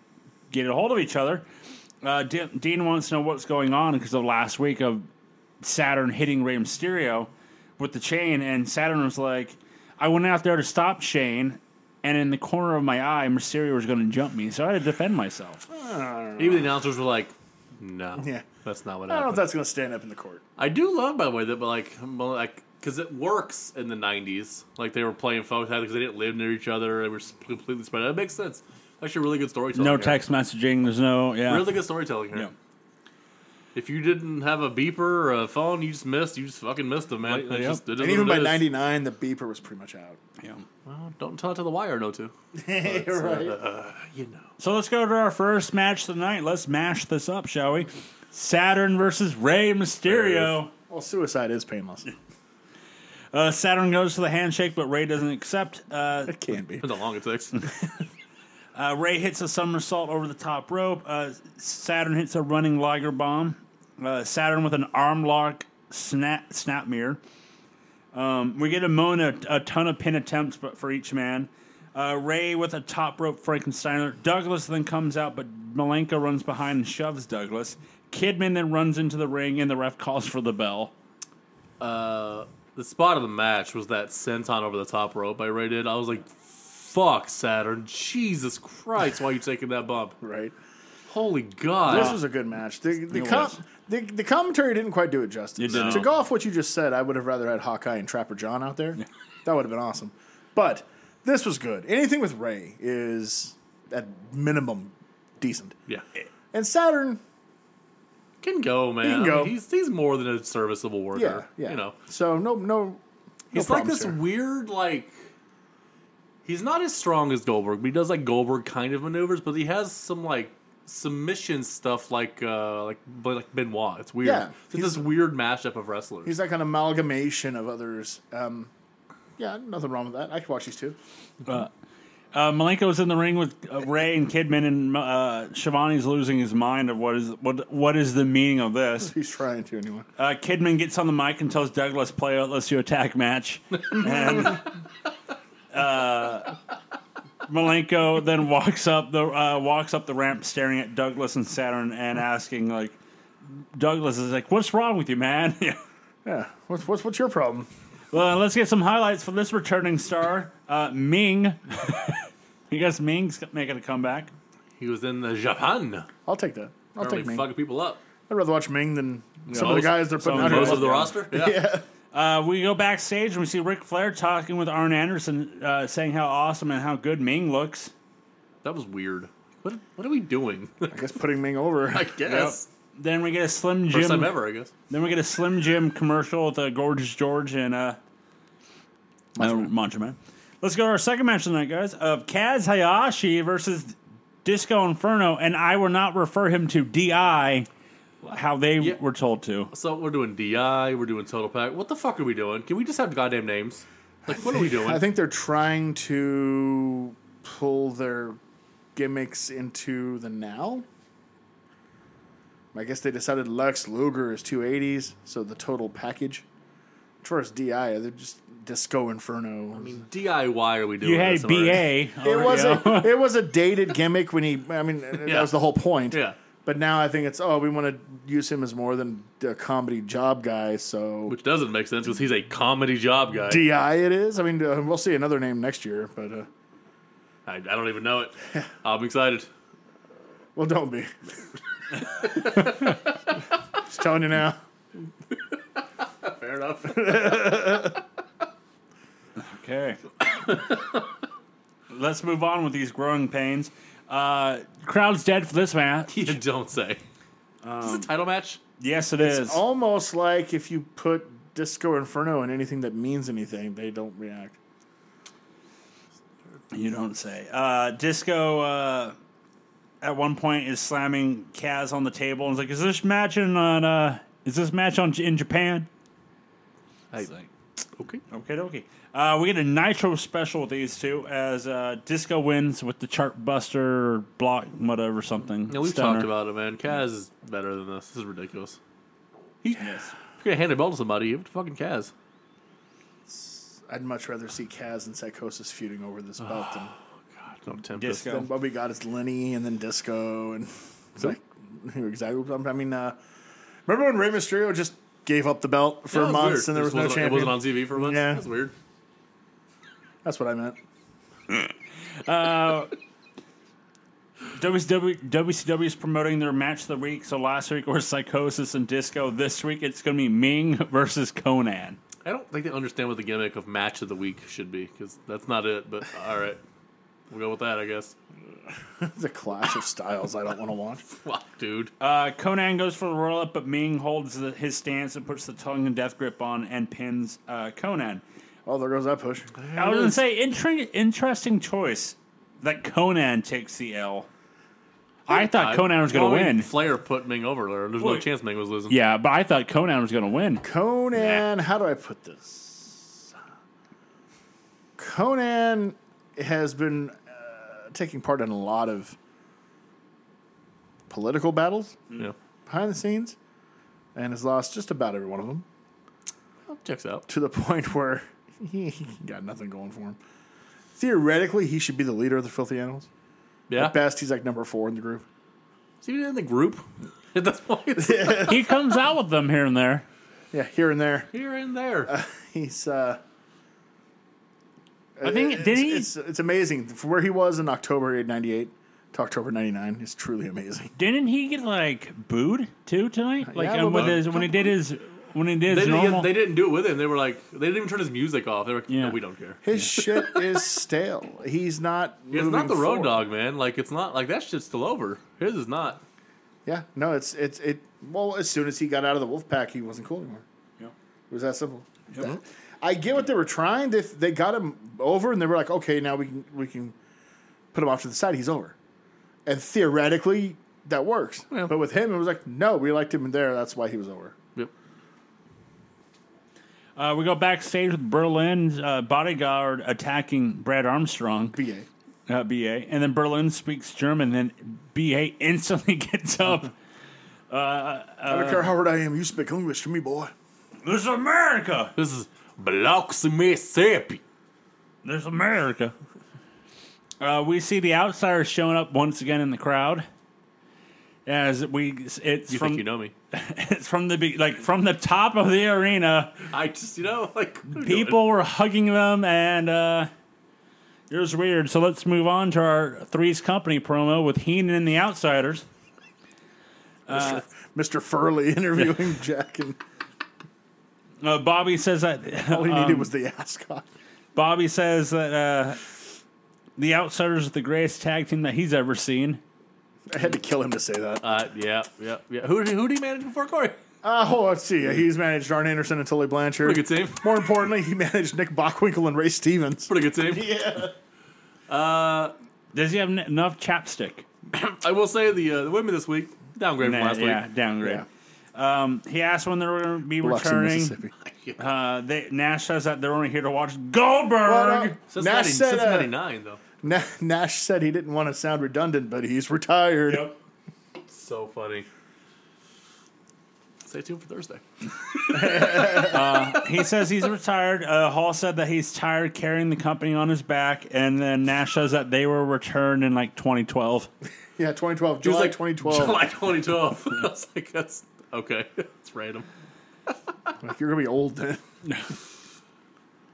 Speaker 1: get a hold of each other. Uh, De- Dean wants to know what's going on because of last week of Saturn hitting Rey Mysterio with the chain, and Saturn was like, "I went out there to stop Shane." And in the corner of my eye, Mysterio was going to jump me, so I had to defend myself.
Speaker 3: Even the announcers were like, "No,
Speaker 2: Yeah.
Speaker 3: that's not what
Speaker 2: I don't know if
Speaker 3: happened."
Speaker 2: that's going to stand up in the court.
Speaker 3: I do love, by the way, that but like, well, like, because it works in the '90s. Like they were playing phone tag because they didn't live near each other. They were s- completely spread. out. That makes sense. Actually, really good storytelling.
Speaker 1: No
Speaker 3: here.
Speaker 1: text messaging. There's no yeah.
Speaker 3: Really good storytelling here.
Speaker 1: Yeah.
Speaker 3: If you didn't have a beeper or a phone, you just missed. You just fucking missed them, man.
Speaker 1: Like,
Speaker 3: It's
Speaker 1: yep.
Speaker 3: just- it is
Speaker 2: And
Speaker 3: what
Speaker 2: even
Speaker 3: it
Speaker 2: by
Speaker 3: is.
Speaker 2: '99, the beeper was pretty much out.
Speaker 1: yeah.
Speaker 3: Well, don't tell it to the wire, no two.
Speaker 2: right.
Speaker 3: You know.
Speaker 1: So let's go to our first match of the night. Let's mash this up, shall we? Saturn versus Rey Mysterio.
Speaker 2: well, suicide is painless.
Speaker 1: Uh, Saturn goes for the handshake, but Rey doesn't accept. Uh,
Speaker 2: It can be.
Speaker 3: Depends how long it takes.
Speaker 1: uh, Rey hits a somersault over the top rope. Uh, Saturn hits a running Liger bomb. Uh, Saturn with an arm lock snap snap mirror. Um, we get a Mona a ton of pin attempts, but for each man. Uh, Ray with a top rope Frankensteiner. Douglas then comes out, but Malenko runs behind and shoves Douglas. Kidman then runs into the ring, and the ref calls for the bell.
Speaker 3: the spot of the match was that senton over the top rope I rated. I was like, fuck, Saturn. Jesus Christ, why are you taking that bump?
Speaker 2: Right.
Speaker 3: Holy God.
Speaker 2: This was a good match. The, the,
Speaker 1: It
Speaker 2: com-
Speaker 1: was.
Speaker 2: the, the commentary didn't quite do it justice.
Speaker 1: It didn't.
Speaker 2: To go off what you just said, I would have rather had Hawkeye and Trapper John out there. that would have been awesome. But this was good. Anything with Ray is at minimum decent.
Speaker 3: yeah.
Speaker 2: And Saturn,
Speaker 3: Can go, man.
Speaker 2: can
Speaker 3: I mean,
Speaker 2: go.
Speaker 3: he's, he's more than a serviceable
Speaker 2: yeah,
Speaker 3: worker.
Speaker 2: yeah.
Speaker 3: You know,
Speaker 2: So no, no.
Speaker 3: he's like this weird, like, he's not as strong as Goldberg, but he does like Goldberg kind of maneuvers, but he has some like submission stuff like uh like like Benoit. It's weird.
Speaker 2: Yeah,
Speaker 3: it's this weird mashup of wrestlers.
Speaker 2: He's like an amalgamation of others. Um, yeah, nothing wrong with that. I could watch these two.
Speaker 1: Uh, Malenko's in the ring with uh, Ray and Kidman, and uh, Shivani's losing his mind of what is what what is the meaning of this.
Speaker 2: He's trying to anyway.
Speaker 1: Uh, Kidman gets on the mic and tells Douglas, "Play out, let's do attack match." And uh, Malenko then walks up the uh, walks up the ramp, staring at Douglas and Saturn, and asking like, "Douglas is like, what's wrong with you, man?" Yeah.
Speaker 2: Yeah. What's what's what's your problem?
Speaker 1: Well, let's get some highlights from this returning star, uh, Ming. you guys, Ming's making a comeback.
Speaker 3: He was in the Japan,
Speaker 2: I'll take that. I'll
Speaker 3: apparently
Speaker 2: take Ming.
Speaker 3: fucking people up.
Speaker 2: I'd rather watch Ming than some of the
Speaker 3: most-
Speaker 2: guys they're putting
Speaker 1: some
Speaker 2: out
Speaker 1: of
Speaker 3: Most
Speaker 2: here.
Speaker 3: of the roster, yeah.
Speaker 2: Yeah.
Speaker 1: Uh, we go backstage and we see Ric Flair talking with Arn Anderson, uh, saying how awesome and how good Ming looks.
Speaker 3: That was weird. What what are we doing?
Speaker 2: I guess putting Ming over.
Speaker 3: I guess
Speaker 1: Then we get a Slim
Speaker 3: first time
Speaker 1: Jim.
Speaker 3: ever. I guess
Speaker 1: Then we get a Slim Jim commercial with uh, Gorgeous George and uh,
Speaker 3: Uh,
Speaker 1: Macho, Man. Macho Man. Let's go to our second match tonight, guys, of Kaz Hayashi versus Disco Inferno, and I will not refer him to Di, how they
Speaker 3: Yeah. Oh,
Speaker 1: were told to.
Speaker 3: so. We're doing Di. We're doing Total Pack. What the fuck are we doing? Can we just have goddamn names? Like what are we doing?
Speaker 2: I think they're trying to pull their gimmicks into the now. I guess they decided Lex Luger is 280s, so the total package. As far as DI, they're just Disco Inferno.
Speaker 3: DIY are we doing?
Speaker 1: You had
Speaker 3: this already?
Speaker 1: BA.
Speaker 2: it
Speaker 1: already,
Speaker 2: was
Speaker 1: yeah.
Speaker 2: a, it was a dated gimmick when he. I mean, that
Speaker 3: Yeah.
Speaker 2: was the whole point.
Speaker 3: Yeah.
Speaker 2: But now I think it's oh we want to use him as more than a comedy job guy. So
Speaker 3: Which doesn't make sense because he's a comedy job guy.
Speaker 2: DI it is. I mean, uh, we'll see another name next year, but uh,
Speaker 3: I, I don't even know it. I'm excited.
Speaker 2: well, don't be. just telling you now.
Speaker 3: Fair enough.
Speaker 1: Okay. Let's move on with these growing pains. Uh, crowd's dead for this match.
Speaker 3: you don't say. is this a title match?
Speaker 1: Yes, it is.
Speaker 2: Almost like if you put Disco Inferno in anything that means anything, they don't react.
Speaker 1: you don't say. Uh, Disco uh, at one point is slamming Kaz on the table and is like, "Is this match in on? Uh, is this match on in Japan?"
Speaker 3: I, okay.
Speaker 1: Okay, dokie. Uh, we get a Nitro special with these two as uh, Disco wins with the chart buster block, whatever something.
Speaker 3: Yeah, we've
Speaker 1: Stunner.
Speaker 3: talked about it, man. Kaz is better than this. This is ridiculous. He, If you're gonna hand a belt to somebody, give it to fucking Kaz.
Speaker 2: I'd much rather see Kaz and Psychosis feuding over this belt than,
Speaker 3: God, don't tempt us.
Speaker 1: Disco.
Speaker 2: than what we got is Lenny and then Disco and it's like who exactly. I mean, uh, remember when Rey Mysterio just gave up the belt for
Speaker 3: Yeah, it was
Speaker 2: months
Speaker 3: weird.
Speaker 2: and there
Speaker 3: It
Speaker 2: was
Speaker 3: just
Speaker 2: no
Speaker 3: wasn't-
Speaker 2: champion?
Speaker 3: It wasn't on TV for months.
Speaker 2: Yeah.
Speaker 3: That's weird.
Speaker 2: That's what I meant.
Speaker 1: WCW, WCW is promoting their match of the week. So last week was Psychosis and Disco. This week it's going to be Ming versus Conan.
Speaker 3: I don't think they understand what the gimmick of match of the week should be because that's not it. But all right, we'll go with that, I guess.
Speaker 2: It's a clash of styles I don't want to watch.
Speaker 3: Fuck, dude.
Speaker 1: Uh, Conan goes for the roll up, but Ming holds the, his stance and puts the tongue and death grip on and pins uh, Conan.
Speaker 2: Oh, there goes that push.
Speaker 1: I was going to say, intri- interesting choice that Conan takes the L. I thought Conan was going
Speaker 3: well,
Speaker 1: to
Speaker 3: I mean,
Speaker 1: win.
Speaker 3: Flair put Ming over there. There's no
Speaker 1: Well,
Speaker 3: chance Ming was losing.
Speaker 1: Yeah, but I thought Conan was going to win.
Speaker 2: Conan, how do I put this? Conan has been uh, taking part in a lot of political battles
Speaker 3: yeah.
Speaker 2: behind the scenes and has lost just about every one of them
Speaker 3: Well, checks out.
Speaker 2: to the point where he got nothing going for him. Theoretically, he should be the leader of the Filthy Animals.
Speaker 3: Yeah.
Speaker 2: At best, he's like number four in the group.
Speaker 3: Is he even in the group at this point?
Speaker 1: he comes out with them here and there.
Speaker 2: Yeah, here and there.
Speaker 3: Here and there.
Speaker 2: He's uh
Speaker 1: I think,
Speaker 2: it's,
Speaker 1: did he?
Speaker 2: it's, it's amazing from where he was in October 98 to October 99 is truly amazing.
Speaker 1: Didn't he get like booed too tonight? Like
Speaker 2: Yeah,
Speaker 1: um,
Speaker 2: well,
Speaker 1: with his, when he did his when he did
Speaker 3: They
Speaker 1: his
Speaker 3: didn't,
Speaker 1: normal.
Speaker 3: get, they didn't do it with him. They were like, they didn't even turn his music off. They were like,
Speaker 1: Yeah.
Speaker 3: no, we don't care.
Speaker 2: His shit is stale. He's not
Speaker 3: It's
Speaker 2: moving
Speaker 3: not the road
Speaker 2: forward.
Speaker 3: dog, man. Like, it's not, like, that shit's still over. His is not.
Speaker 2: Yeah, no, it's it's it well as soon as he got out of the wolf pack he wasn't cool anymore.
Speaker 1: Yeah.
Speaker 2: It was that simple. That- I get what they were trying. They they got him over and they were like, "Okay, now we can we can put him off to the side. He's over." And theoretically that works.
Speaker 3: Yeah.
Speaker 2: But with him it was like, "No, we liked him there. That's why he was over."
Speaker 3: Yep.
Speaker 1: uh, we go backstage with Berlin's uh, bodyguard attacking Brad Armstrong.
Speaker 2: BA.
Speaker 1: uh, BA, and then Berlin speaks German. Then BA instantly gets up.
Speaker 2: I don't care how hard I am. You speak English to me, boy.
Speaker 1: This is America.
Speaker 3: This is Biloxi, Mississippi.
Speaker 1: This is America. Uh, we see the outsiders showing up once again in the crowd. As we, it's
Speaker 3: You
Speaker 1: from
Speaker 3: think you know me?
Speaker 1: it's from the be- like from the top of the arena.
Speaker 3: I just, you know, like what are you doing?
Speaker 1: people were hugging them and uh it was weird so let's move on to our threes company promo with heenan and the outsiders
Speaker 3: uh,
Speaker 2: Mr. Furley interviewing Jack, and
Speaker 1: uh, bobby says that
Speaker 2: all he
Speaker 3: Um,
Speaker 2: needed was the ascot.
Speaker 1: bobby says that uh the outsiders are the greatest tag team that he's ever seen
Speaker 2: I had to kill him to say that.
Speaker 3: Uh, yeah, yeah, yeah. Who who do you manage before Corey?
Speaker 2: Uh, hold on, let's see. He's managed Arn Anderson and Tully Blanchard.
Speaker 3: Pretty good team.
Speaker 2: More importantly, he managed Nick Bockwinkel and Ray Stevens.
Speaker 3: Pretty good team. Yeah.
Speaker 1: does he have n- enough chapstick
Speaker 3: I will say the uh, the women this week downgrade
Speaker 1: Nah,
Speaker 3: from last
Speaker 1: yeah
Speaker 3: week.
Speaker 1: downgrade um he asked when they were going to be
Speaker 2: Biloxi,
Speaker 1: returning
Speaker 2: Mississippi.
Speaker 1: uh they nash says that they're only here to watch goldberg
Speaker 2: Well, no.
Speaker 3: Cincinnati,
Speaker 2: Uh, Nash said, uh,
Speaker 3: Cincinnati nine though.
Speaker 2: Na- Nash said he didn't want to sound redundant, but he's retired.
Speaker 1: Yep.
Speaker 3: So funny. Stay tuned for Thursday.
Speaker 1: He says he's retired. Uh, Hall said that he's tired carrying the company on his back, and then Nash says that they were returned in like 2012.
Speaker 2: Yeah, 2012.
Speaker 3: It
Speaker 2: July
Speaker 3: was like
Speaker 2: 2012.
Speaker 3: July 2012. I was like, that's okay. That's random.
Speaker 2: Like, you're going to be old then.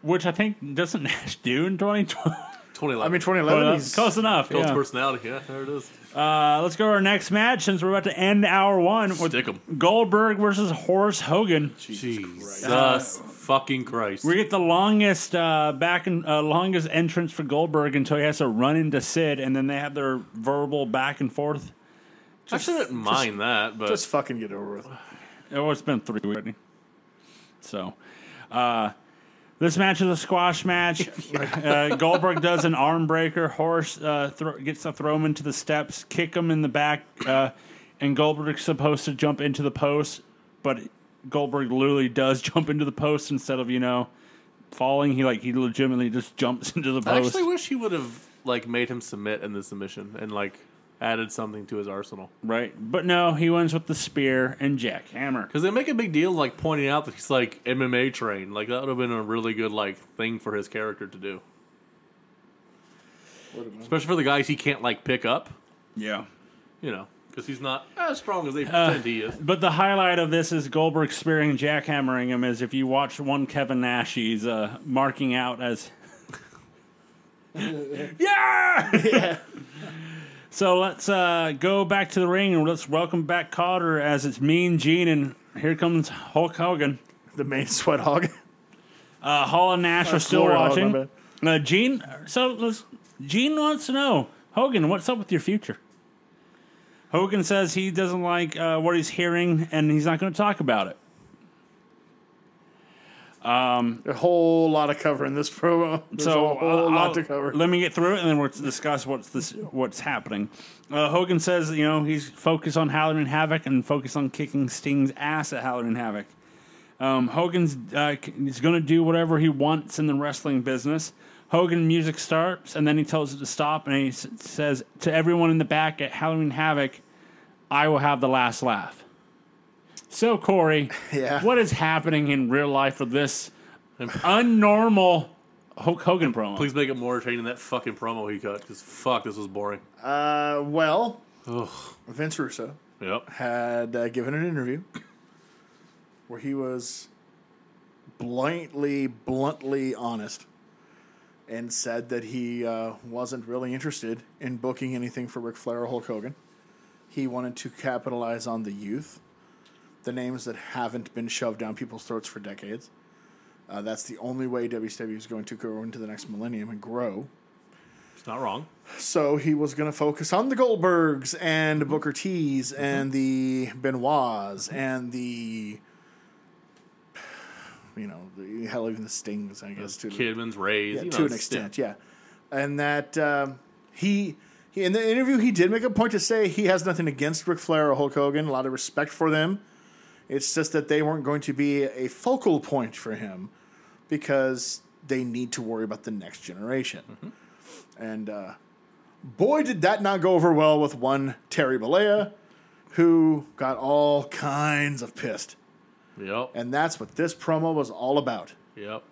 Speaker 1: Which I think doesn't Nash do in 2012.
Speaker 3: 2011.
Speaker 2: I mean,
Speaker 1: Well,
Speaker 2: 2011.
Speaker 1: that's
Speaker 2: He's,
Speaker 1: close enough.
Speaker 3: Colt's
Speaker 1: yeah.
Speaker 3: personality. Yeah, there it is.
Speaker 1: Uh, let's go to our next match since we're about to end hour one with
Speaker 3: Stick 'em.
Speaker 1: Goldberg versus Horace Hogan.
Speaker 3: Jesus fucking Christ.
Speaker 1: We get the longest uh, back and uh, longest entrance for Goldberg until he has to run into Sid, and then they have their verbal back and forth.
Speaker 3: I shouldn't mind that, but
Speaker 2: just fucking get over with.
Speaker 1: Oh, it's been three weeks. already. So, uh, this match is a squash match. uh, Goldberg does an arm breaker. Horace uh, thro- gets to throw him into the steps, kick him in the back, uh, and Goldberg's supposed to jump into the post, but Goldberg literally does jump into the post instead of you know falling. He like he legitimately just jumps into the
Speaker 3: I
Speaker 1: post.
Speaker 3: actually wish he would have like made him submit in the submission and like added something to his arsenal.
Speaker 1: right, but no, he wins with the spear and jackhammer.
Speaker 3: Because they make a big deal like pointing out that he's like MMA trained. Like that would have been a really good like thing for his character to do. Especially for the guys he can't like pick up,
Speaker 1: Yeah.
Speaker 3: you know, because he's not as strong as they pretend he is.
Speaker 1: But the highlight of this is Goldberg spearing and jackhammering him. Is if you watch one Kevin Nash, he's uh, marking out as. yeah! So let's uh, go back to the ring and let's welcome back Cotter as it's Mean Gene and here comes Hulk Hogan.
Speaker 2: The main sweat hog.
Speaker 1: Uh, Hall and Nash are still
Speaker 2: Laura Hall, my
Speaker 1: watching.
Speaker 2: bad.
Speaker 1: Uh, Gene, so let's, Gene wants to know Hogan, what's up with your future? Hogan says he doesn't like uh, what he's hearing and he's not going to talk about it.
Speaker 2: A whole lot of cover in this promo. There's
Speaker 1: so uh,
Speaker 2: a whole
Speaker 1: I'll-
Speaker 2: lot
Speaker 1: I'll-
Speaker 2: to cover.
Speaker 1: Let me get through it, and then we'll discuss what's this, what's happening. Uh, Hogan says, you know, he's focused on Halloween Havoc and focused on kicking Sting's ass at Halloween Havoc. Um, Hogan's uh, c- he's going to do whatever he wants in the wrestling business. Hogan music starts, and then he tells it to stop, and he s- says to everyone in the back at Halloween Havoc, "I will have the last laugh." So Corey,
Speaker 2: Yeah.
Speaker 1: what is happening in real life with this unnormal Hulk Hogan promo?
Speaker 3: Please make it more entertaining than that fucking promo he cut. Because fuck, this was boring.
Speaker 2: Uh, well,
Speaker 3: Ugh.
Speaker 2: Vince Russo
Speaker 3: Yep.
Speaker 2: had uh, given an interview where he was blatantly, bluntly honest and said that he uh, wasn't really interested in booking anything for Ric Flair or Hulk Hogan. He wanted to capitalize on the youth, the names that haven't been shoved down people's throats for decades. Uh, that's the only way WCW is going to go into the next millennium and grow.
Speaker 3: It's not wrong.
Speaker 2: So he was going to focus on the Goldbergs and Booker T's and the Benoits and the, you know, the, hell, even the Stings, I guess, to,
Speaker 3: Kidman's raised
Speaker 2: yeah,
Speaker 3: you know,
Speaker 2: to an
Speaker 3: it's-
Speaker 2: extent, yeah. And that um, he, he, in the interview, he did make a point to say he has nothing against Ric Flair or Hulk Hogan, a lot of respect for them. It's just that they weren't going to be a focal point for him
Speaker 3: Mm-hmm.
Speaker 2: because they need to worry about the next generation. And uh, Boy, did that not go over well with one Terry Balea, who got all kinds of pissed.
Speaker 3: Yep.
Speaker 2: And that's what this promo was all about.
Speaker 3: Yep.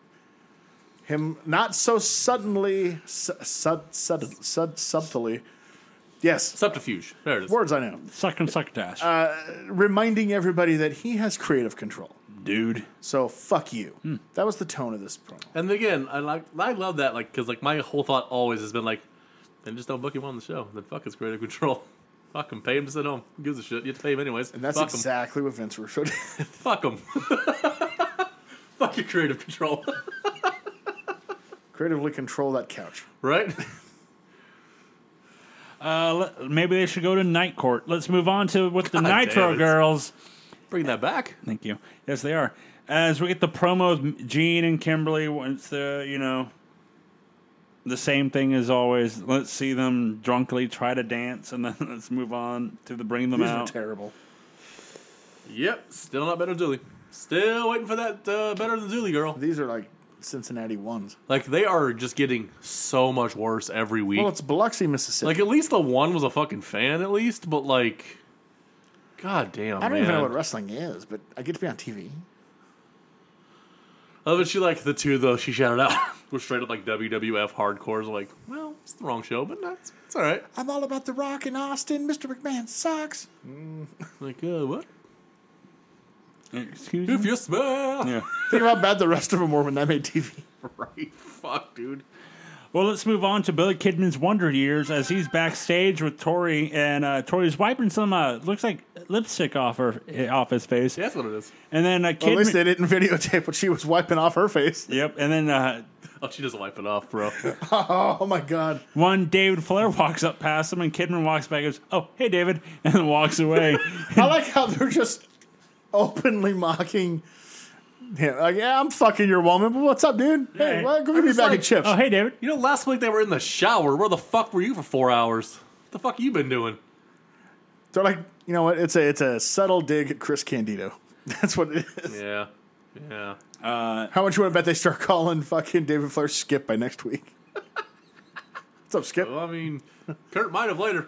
Speaker 2: Him not so suddenly, su- sud, sud, sud, subtly, yes,
Speaker 3: Subterfuge. There it is.
Speaker 2: words I know,
Speaker 1: Suck and succotash.
Speaker 2: reminding everybody that he has creative control.
Speaker 1: Dude.
Speaker 2: So fuck you.
Speaker 3: Hmm.
Speaker 2: That was the tone of this promo.
Speaker 3: And again, I like I love that like because like my whole thought always has been like, then just don't book him on the show. Then fuck his creative control. Fuck him. Pay him to sit home. Who gives a shit. You have to pay him anyways.
Speaker 2: And that's
Speaker 3: fuck him.
Speaker 2: exactly what Vince Russo did.
Speaker 3: Fuck him. fuck your creative control.
Speaker 2: Creatively control that couch.
Speaker 3: right?
Speaker 1: Uh, le- maybe they should go to Night Court. Let's move on to with the
Speaker 3: God damn
Speaker 1: Nitro
Speaker 3: it.
Speaker 1: Girls.
Speaker 3: Bring that back.
Speaker 1: Thank you. Yes, they are. As we get the promo of Gene and Kimberly, once the you know, the same thing as always. Let's see them drunkenly try to dance, and then let's move on to the bring them
Speaker 2: These were
Speaker 1: out.
Speaker 2: terrible.
Speaker 3: Yep. Still not better than Dooley. Still waiting for that uh, better than Dooley girl.
Speaker 2: These are like Cincinnati ones.
Speaker 3: Like they are just getting so much worse every week.
Speaker 2: Well, it's Biloxi, Mississippi.
Speaker 3: like at least the one was a fucking fan at least, but like, god damn.
Speaker 2: I don't
Speaker 3: man.
Speaker 2: even know what wrestling is, but I get to be on TV.
Speaker 3: I love that Oh, she liked the two though. She shouted out, "We're straight up like WWF hardcores." I'm like, well, it's the wrong show, but that's it's all right.
Speaker 2: I'm all about The Rock in Austin. Mr. McMahon sucks.
Speaker 3: I'm like, uh, what?
Speaker 1: Excuse
Speaker 3: If
Speaker 1: me.
Speaker 3: you smell,
Speaker 1: Yeah.
Speaker 2: Think about how bad the rest of them were when they made TV.
Speaker 3: right? Fuck, dude.
Speaker 1: Well, let's move on to Billy Kidman's Wonder Years as he's backstage with Tori, and uh, Tori's wiping some uh, looks like lipstick off her off his face,
Speaker 3: Yeah, that's what it is.
Speaker 1: and then uh,
Speaker 2: Well, at least
Speaker 1: Kidman.
Speaker 2: they didn't videotape what she was wiping off her face.
Speaker 1: Yep, and then uh,
Speaker 3: Oh, she doesn't wipe it off, bro.
Speaker 2: Oh my god.
Speaker 1: One, David Flair walks up past him, and Kidman walks back and goes, Oh, hey, David, and then walks away.
Speaker 2: I like how they're just openly mocking him. Like, yeah, I'm fucking your woman, but what's up, dude? Hey,
Speaker 1: Yeah.
Speaker 2: well, go give me
Speaker 3: just
Speaker 2: back
Speaker 3: like-
Speaker 2: and chips.
Speaker 1: oh, hey, David.
Speaker 3: you know, last week they were in the shower. Where the fuck were you for four hours? What the fuck you been doing?
Speaker 2: They're like, you know what? It's a it's a subtle dig at Chris Candido. That's what it is.
Speaker 3: Yeah, yeah.
Speaker 2: How much you want to bet they start calling fucking David Flair Skip by next week? What's up, Skip?
Speaker 3: Well, I mean, Kurt might have later.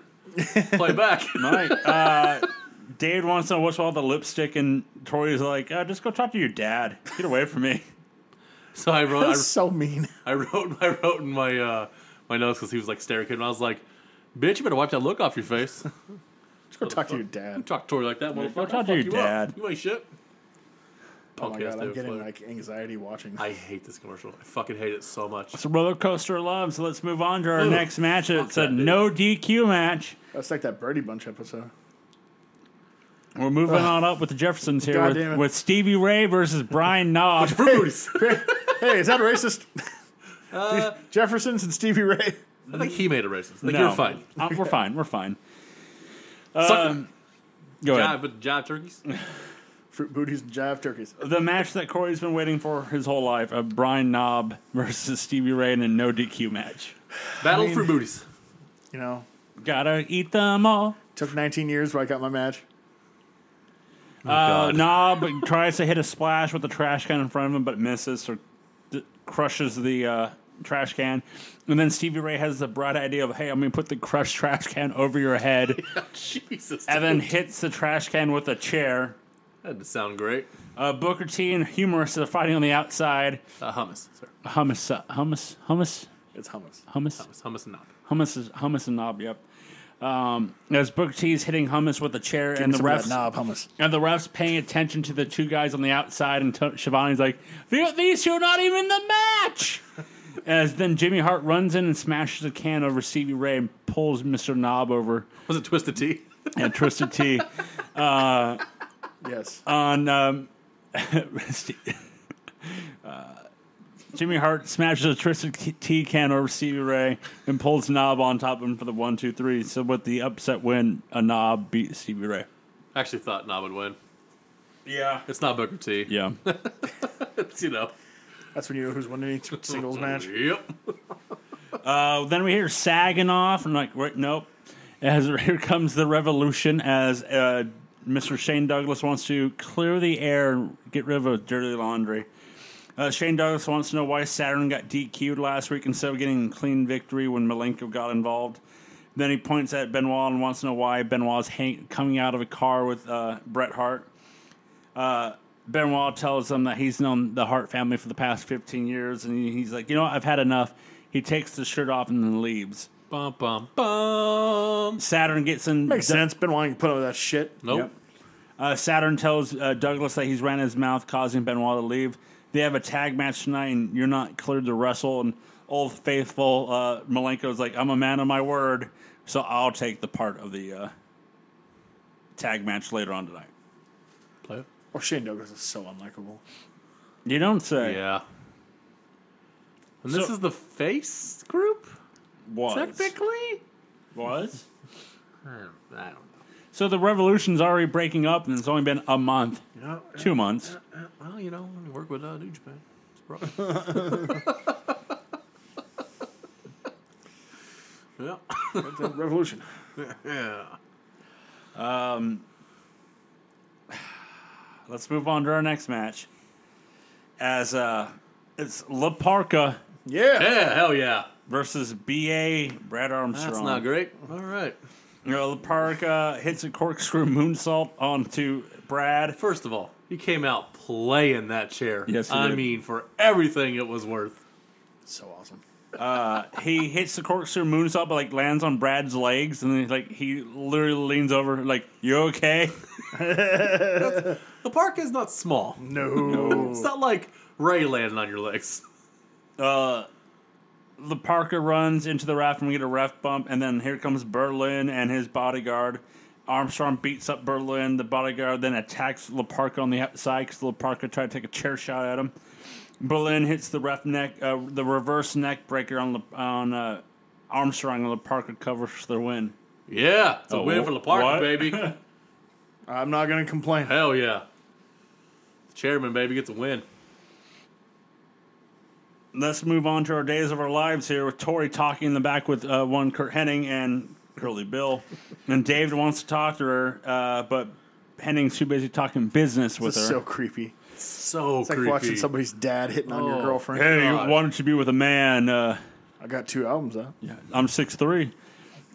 Speaker 3: Play back.
Speaker 1: Right. Uh, David wants to know what's with all the lipstick, and Tori's like, uh, Just go talk to your dad. Get away from me.
Speaker 3: so I wrote. I,
Speaker 2: That's so mean.
Speaker 3: I wrote I wrote in my uh, my notes because he was like staring at him. I was like, "Bitch, you better wipe that look off your face."
Speaker 2: Just go talk to your dad.
Speaker 3: Talk to her like that, motherfucker.
Speaker 1: talk to
Speaker 3: Fuck
Speaker 1: your
Speaker 3: you up.
Speaker 1: dad.
Speaker 3: You ain't shit.
Speaker 2: Oh
Speaker 3: Punk
Speaker 2: my god,
Speaker 3: ass
Speaker 2: I'm
Speaker 3: David
Speaker 2: getting
Speaker 3: Flair.
Speaker 2: like anxiety watching.
Speaker 3: I hate this commercial. I fucking hate it so much.
Speaker 1: It's a roller coaster of love, so let's move on to our
Speaker 3: Ooh,
Speaker 1: next match. It's
Speaker 3: that,
Speaker 1: a
Speaker 3: dude.
Speaker 1: no DQ match.
Speaker 2: That's like that Birdie Bunch episode.
Speaker 1: We're moving on up with the Jeffersons here
Speaker 2: God damn
Speaker 1: with,
Speaker 2: it.
Speaker 1: with Stevie Ray versus Brian Knob.
Speaker 3: Bruce.
Speaker 2: hey, is that racist? Jefferson's and Stevie Ray.
Speaker 3: I think he made it racist. Like
Speaker 1: No.
Speaker 3: you're fine.
Speaker 1: Uh, we're fine. We're fine.
Speaker 3: Suck
Speaker 1: Go ahead.
Speaker 3: jive with jive turkeys.
Speaker 2: Fruit booties and jive turkeys.
Speaker 1: the match that Corey's been waiting for his whole life: a Brian Knob versus Stevie Ray in a no DQ match.
Speaker 3: Battle
Speaker 2: mean-
Speaker 3: for booties.
Speaker 2: You know,
Speaker 1: Gotta eat them all.
Speaker 2: took 19 years where I got my match.
Speaker 1: Uh,
Speaker 3: God.
Speaker 1: Knob tries to hit a splash with the trash can in front of him, but misses, so d- crushes the uh, trash can. And then Stevie Ray has the bright idea of, "Hey, I'm gonna put the crushed trash can over your head,"
Speaker 3: Jesus.
Speaker 1: and
Speaker 3: dude.
Speaker 1: then hits the trash can with a chair.
Speaker 3: that didn't sound great.
Speaker 1: Uh, Booker T and Humorous are fighting on the outside.
Speaker 3: Uh, hummus, sir.
Speaker 1: Hummus, uh, hummus, hummus,
Speaker 2: It's hummus.
Speaker 1: hummus.
Speaker 3: Hummus, hummus, and knob.
Speaker 1: Hummus is hummus and knob. Yep. Um, as Booker T is hitting hummus with a chair, and
Speaker 2: And
Speaker 1: the
Speaker 2: some of that
Speaker 1: refs
Speaker 2: knob hummus.
Speaker 1: and the refs paying attention to the two guys on the outside, and t- Shivani's like, "The- "These two are not even in the match." as then Jimmy Hart runs in and smashes a can over Stevie Ray and pulls Mister Knob over
Speaker 3: Was it twisted tea?
Speaker 1: and Twisted T
Speaker 2: Yes.
Speaker 1: on. Um, St- uh, Jimmy Hart smashes a Twisted T can over Stevie Ray and pulls Knob on top of him for the one, two, three. So with the upset win, a Knob beat Stevie Ray.
Speaker 3: I actually thought knob would win.
Speaker 1: Yeah.
Speaker 3: It's not Booker T.
Speaker 1: Yeah.
Speaker 3: It's, you know.
Speaker 2: That's when you know who's winning each singles match.
Speaker 3: Yep.
Speaker 1: Uh, then we hear sagging off, and like, right, nope. As here comes the revolution, as uh, Mr. Shane Douglas wants to clear the air and get rid of dirty laundry. Uh, Shane Douglas wants to know why Saturn got DQ'd last week instead of getting a clean victory when Malenko got involved. Then he points at Benoit and wants to know why Benoit's hang- coming out of a car with uh, Bret Hart. Benoit tells him that he's known the Hart family for the past 15 years, and he's like, you know what, I've had enough. He takes the shirt off and then leaves.
Speaker 3: Bum, bum, bum.
Speaker 1: Saturn gets in.
Speaker 2: Makes sense. Been wanting to put up with that shit.
Speaker 3: Nope.
Speaker 1: Yep. Uh, Saturn tells uh, Douglas that he's ran his mouth, causing Benoit to leave. They have a tag match tonight, and you're not cleared to wrestle. And old faithful uh, Malenko's like, I'm a man of my word, so I'll take the part of the uh, tag match later on tonight.
Speaker 3: Play it.
Speaker 2: Or Oh, Shane Douglas is so unlikable.
Speaker 1: You don't say.
Speaker 3: Yeah. And this
Speaker 1: So-
Speaker 3: is the face group,
Speaker 1: Was.
Speaker 3: technically?
Speaker 1: Was?
Speaker 3: Oh, Hmm, I don't know.
Speaker 1: So the revolution's already breaking up, and it's only been a month,
Speaker 3: You know,
Speaker 1: two months.
Speaker 3: uh, well, you know, when you work with uh, New Japan, it's a problem. yeah.
Speaker 2: The Revolution.
Speaker 3: Yeah.
Speaker 1: Let's move on to our next match. As uh, it's La Parca
Speaker 2: Yeah.
Speaker 3: Yeah, hell yeah.
Speaker 1: versus B.A. Brad Armstrong.
Speaker 3: That's not great. All right.
Speaker 1: You know, La Parca hits a corkscrew moonsault onto Brad.
Speaker 3: First of all, you came out playing that chair.
Speaker 1: Yes, you
Speaker 3: I
Speaker 1: did.
Speaker 3: mean, for everything it was worth.
Speaker 2: So awesome.
Speaker 1: He hits the corkscrew moonsault, but like lands on Brad's legs, and then like he literally leans over, like, "You okay?"
Speaker 3: The park is not small.
Speaker 2: No.
Speaker 3: It's not like Ray landing on your legs.
Speaker 1: the Parker runs into the raft and we get a ref bump, and then here comes Berlin and his bodyguard. Armstrong beats up Berlin. The bodyguard then attacks LaParca on the outside because LaParca tried to take a chair shot at him. Berlin hits the ref neck, uh, the reverse neck breaker on La- on uh, Armstrong, and LaParca covers their win.
Speaker 3: Yeah, it's a
Speaker 1: Oh,
Speaker 3: win for the park,
Speaker 1: what?
Speaker 3: baby.
Speaker 2: I'm not going to complain.
Speaker 3: Hell yeah. The chairman, baby, gets a win.
Speaker 1: Let's move on to our days of our lives here with Tori talking in the back with uh, one Kurt Henning and Curly Bill, and Dave wants to talk to her, uh, but Henning's too busy talking business with
Speaker 2: This
Speaker 1: her.
Speaker 2: is so creepy.
Speaker 3: So
Speaker 2: It's like
Speaker 3: creepy.
Speaker 2: watching somebody's dad hitting on your
Speaker 3: Oh.
Speaker 2: girlfriend.
Speaker 1: Hey,
Speaker 3: God.
Speaker 1: why don't you be with a man? Uh,
Speaker 2: I got two albums out.
Speaker 1: I'm six three.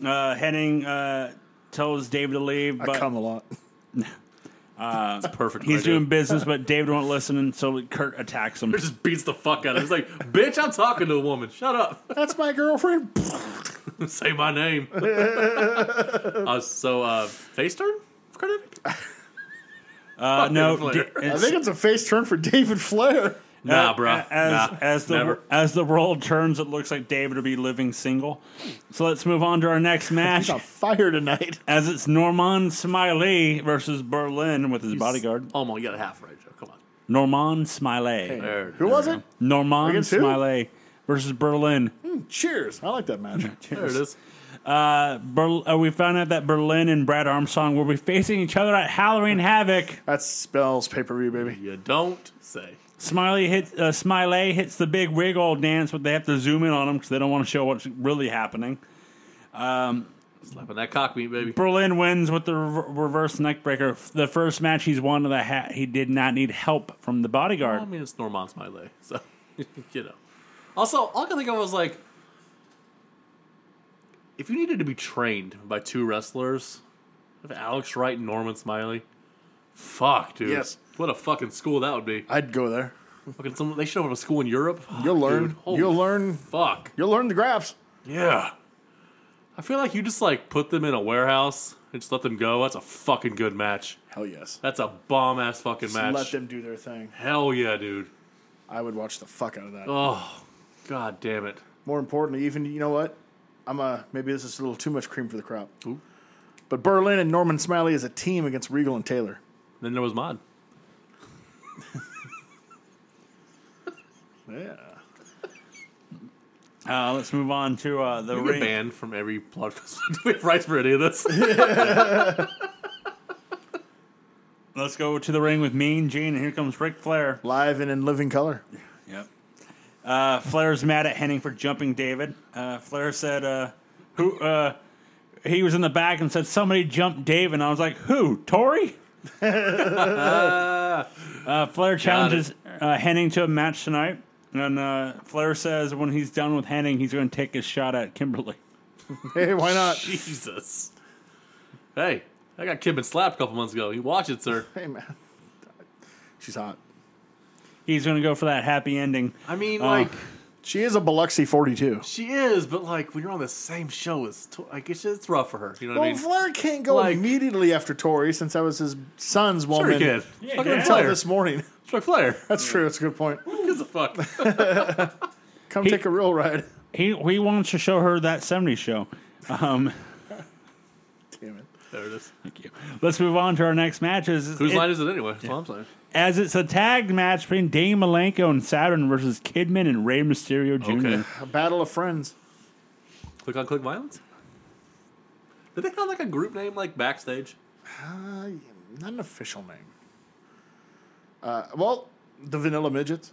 Speaker 1: Uh, Henning uh, tells David to leave,
Speaker 2: I come
Speaker 1: but
Speaker 2: a lot.
Speaker 3: It's perfect.
Speaker 1: he's
Speaker 3: radio.
Speaker 1: doing business. But David won't listen, and so Kurt attacks him.
Speaker 3: just beats the fuck out of him. It's like, bitch, I'm talking to a woman. Shut up.
Speaker 2: That's my girlfriend.
Speaker 3: Say my name. uh, so, uh, face turn? Credit?
Speaker 1: Uh, no,
Speaker 3: Fucking
Speaker 1: D-
Speaker 3: player.
Speaker 2: I
Speaker 1: it's-
Speaker 2: think it's a face turn for David Flair.
Speaker 3: Nah,
Speaker 1: uh,
Speaker 3: bro.
Speaker 1: As
Speaker 3: nah,
Speaker 1: as the
Speaker 3: never.
Speaker 1: as the world turns, it looks like David will be living single. So let's move on to our next match.
Speaker 2: He's on fire tonight.
Speaker 1: As it's Norman Smiley versus Berlin with his bodyguard.
Speaker 3: Oh my, you got a half right, Joe. Come on.
Speaker 1: Norman Smiley.
Speaker 3: There,
Speaker 2: Who was it?
Speaker 1: Norman
Speaker 2: Against who?
Speaker 1: Smiley versus Berlin.
Speaker 2: Cheers. I like that match.
Speaker 3: There it is.
Speaker 1: Uh, Ber- uh, we found out that Berlin and Brad Armstrong will be facing each other at Halloween Havoc.
Speaker 2: That spells pay per view, baby.
Speaker 3: You don't say.
Speaker 1: Smiley hits uh, Smiley hits the big wiggle dance, but they have to zoom in on him because they don't want to show what's really happening.
Speaker 3: Slapping that cock meat, baby.
Speaker 1: Berlin wins with the re- reverse neckbreaker. The first match he's won of the hat, he did not need help from the bodyguard.
Speaker 3: I mean, it's Norman Smiley, so you know. Also, all I can think of was like, if you needed to be trained by two wrestlers, if Alex Wright and Norman Smiley, fuck, dude,
Speaker 2: Yes.
Speaker 3: what a fucking school that would be.
Speaker 2: I'd go there.
Speaker 3: Fucking, some, they should have a school in Europe. Fuck,
Speaker 2: You'll learn.
Speaker 3: dude. Holy
Speaker 2: You'll learn.
Speaker 3: Fuck.
Speaker 2: You'll learn the grabs.
Speaker 3: Yeah. I feel like you just like put them in a warehouse and just let them go. That's a fucking good match.
Speaker 2: Hell yes.
Speaker 3: That's a bomb ass fucking
Speaker 2: Just
Speaker 3: match.
Speaker 2: Let them do their thing.
Speaker 3: Hell yeah, dude.
Speaker 2: I would watch the fuck out of that.
Speaker 3: Oh, god damn it.
Speaker 2: More importantly, even you know what? I'm a maybe this is a little too much cream for the crop.
Speaker 3: Ooh.
Speaker 2: But Berlin and Norman Smiley is a team against Regal and Taylor.
Speaker 3: Then there was Mod.
Speaker 2: Yeah.
Speaker 1: Uh, let's move on to uh, the
Speaker 3: We get
Speaker 1: ring.
Speaker 3: banned from every podcast. Do we have rights for any of this?
Speaker 1: Let's go to the ring with Mean Gene, and here comes Ric Flair.
Speaker 2: Live and in living color.
Speaker 1: Yep. Uh, Flair's mad at Henning for jumping David. Uh, Flair said, uh, "Who?" Uh, he was in the back and said, "Somebody jumped Dave," and I was like, "Who? Tori?" uh, Flair challenges uh, Henning to a match tonight, and uh, Flair says when he's done with Henning, he's going to take his shot at Kimberly.
Speaker 2: Hey, why not?
Speaker 3: Jesus. Hey, I got Kidman slapped a couple months ago. You watch it, sir.
Speaker 2: Hey, man. She's hot.
Speaker 1: He's going to go for that happy ending.
Speaker 3: I mean,
Speaker 1: Oh.
Speaker 3: like
Speaker 2: She is a Biloxi 42.
Speaker 3: she is, but like when you're on the same show as, Tor- like it's, it's rough for her. You know what
Speaker 2: Well,
Speaker 3: I mean?
Speaker 2: Flair can't go
Speaker 3: like-
Speaker 2: immediately after Tori since that was his son's
Speaker 3: Sure,
Speaker 2: woman.
Speaker 3: you can.
Speaker 1: Yeah,
Speaker 3: Fucking
Speaker 1: yeah.
Speaker 2: Until
Speaker 3: Flair.
Speaker 2: this morning.
Speaker 3: Fuck Flair.
Speaker 2: That's true. That's a good point.
Speaker 3: Who gives a fuck?
Speaker 2: Come take a real ride.
Speaker 1: He, he wants to show her that 70s show. Um,
Speaker 2: Damn it.
Speaker 3: there it is.
Speaker 1: thank you. Let's move on to our next matches.
Speaker 3: Whose
Speaker 1: It-
Speaker 3: line is it anyway? That's all I'm saying.
Speaker 1: as it's a tag match between Dane Malenko and Saturn versus Kidman and Rey Mysterio Jr.
Speaker 3: Okay.
Speaker 2: A battle of friends.
Speaker 3: Click on click violence. Did they have like a group name like backstage?
Speaker 2: Uh, not an official name. Uh, well, the Vanilla Midgets.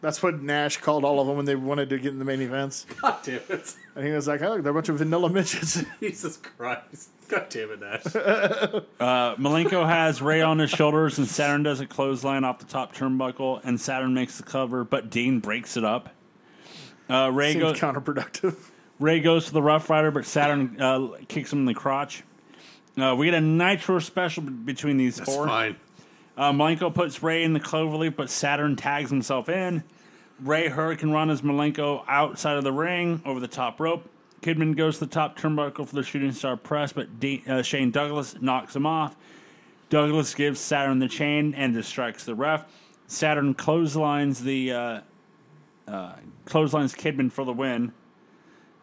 Speaker 2: That's what Nash called all of them when they wanted to get in the main events.
Speaker 3: God damn it.
Speaker 2: And he was like, oh, they're a bunch of Vanilla Midgets.
Speaker 3: Jesus Christ. God damn it, Nash.
Speaker 1: Uh, Malenko has Ray on his shoulders, and Saturn does a clothesline off the top turnbuckle, and Saturn makes the cover, but Dean breaks it up. Uh, Ray,
Speaker 2: Seemed
Speaker 1: go-
Speaker 2: counterproductive.
Speaker 1: Ray goes to the Rough Rider, but Saturn uh, kicks him in the crotch. Uh, we get a Nitro special b- between these four.
Speaker 3: Fine.
Speaker 1: Uh, Malenko puts Ray in the cloverleaf, but Saturn tags himself in. Ray Hurricane runs Malenko outside of the ring over the top rope. Kidman goes to the top turnbuckle for the shooting star press, but D- uh, Shane Douglas knocks him off. Douglas gives Saturn the chain and distracts the ref. Saturn clotheslines the uh, uh, clotheslines Kidman for the win.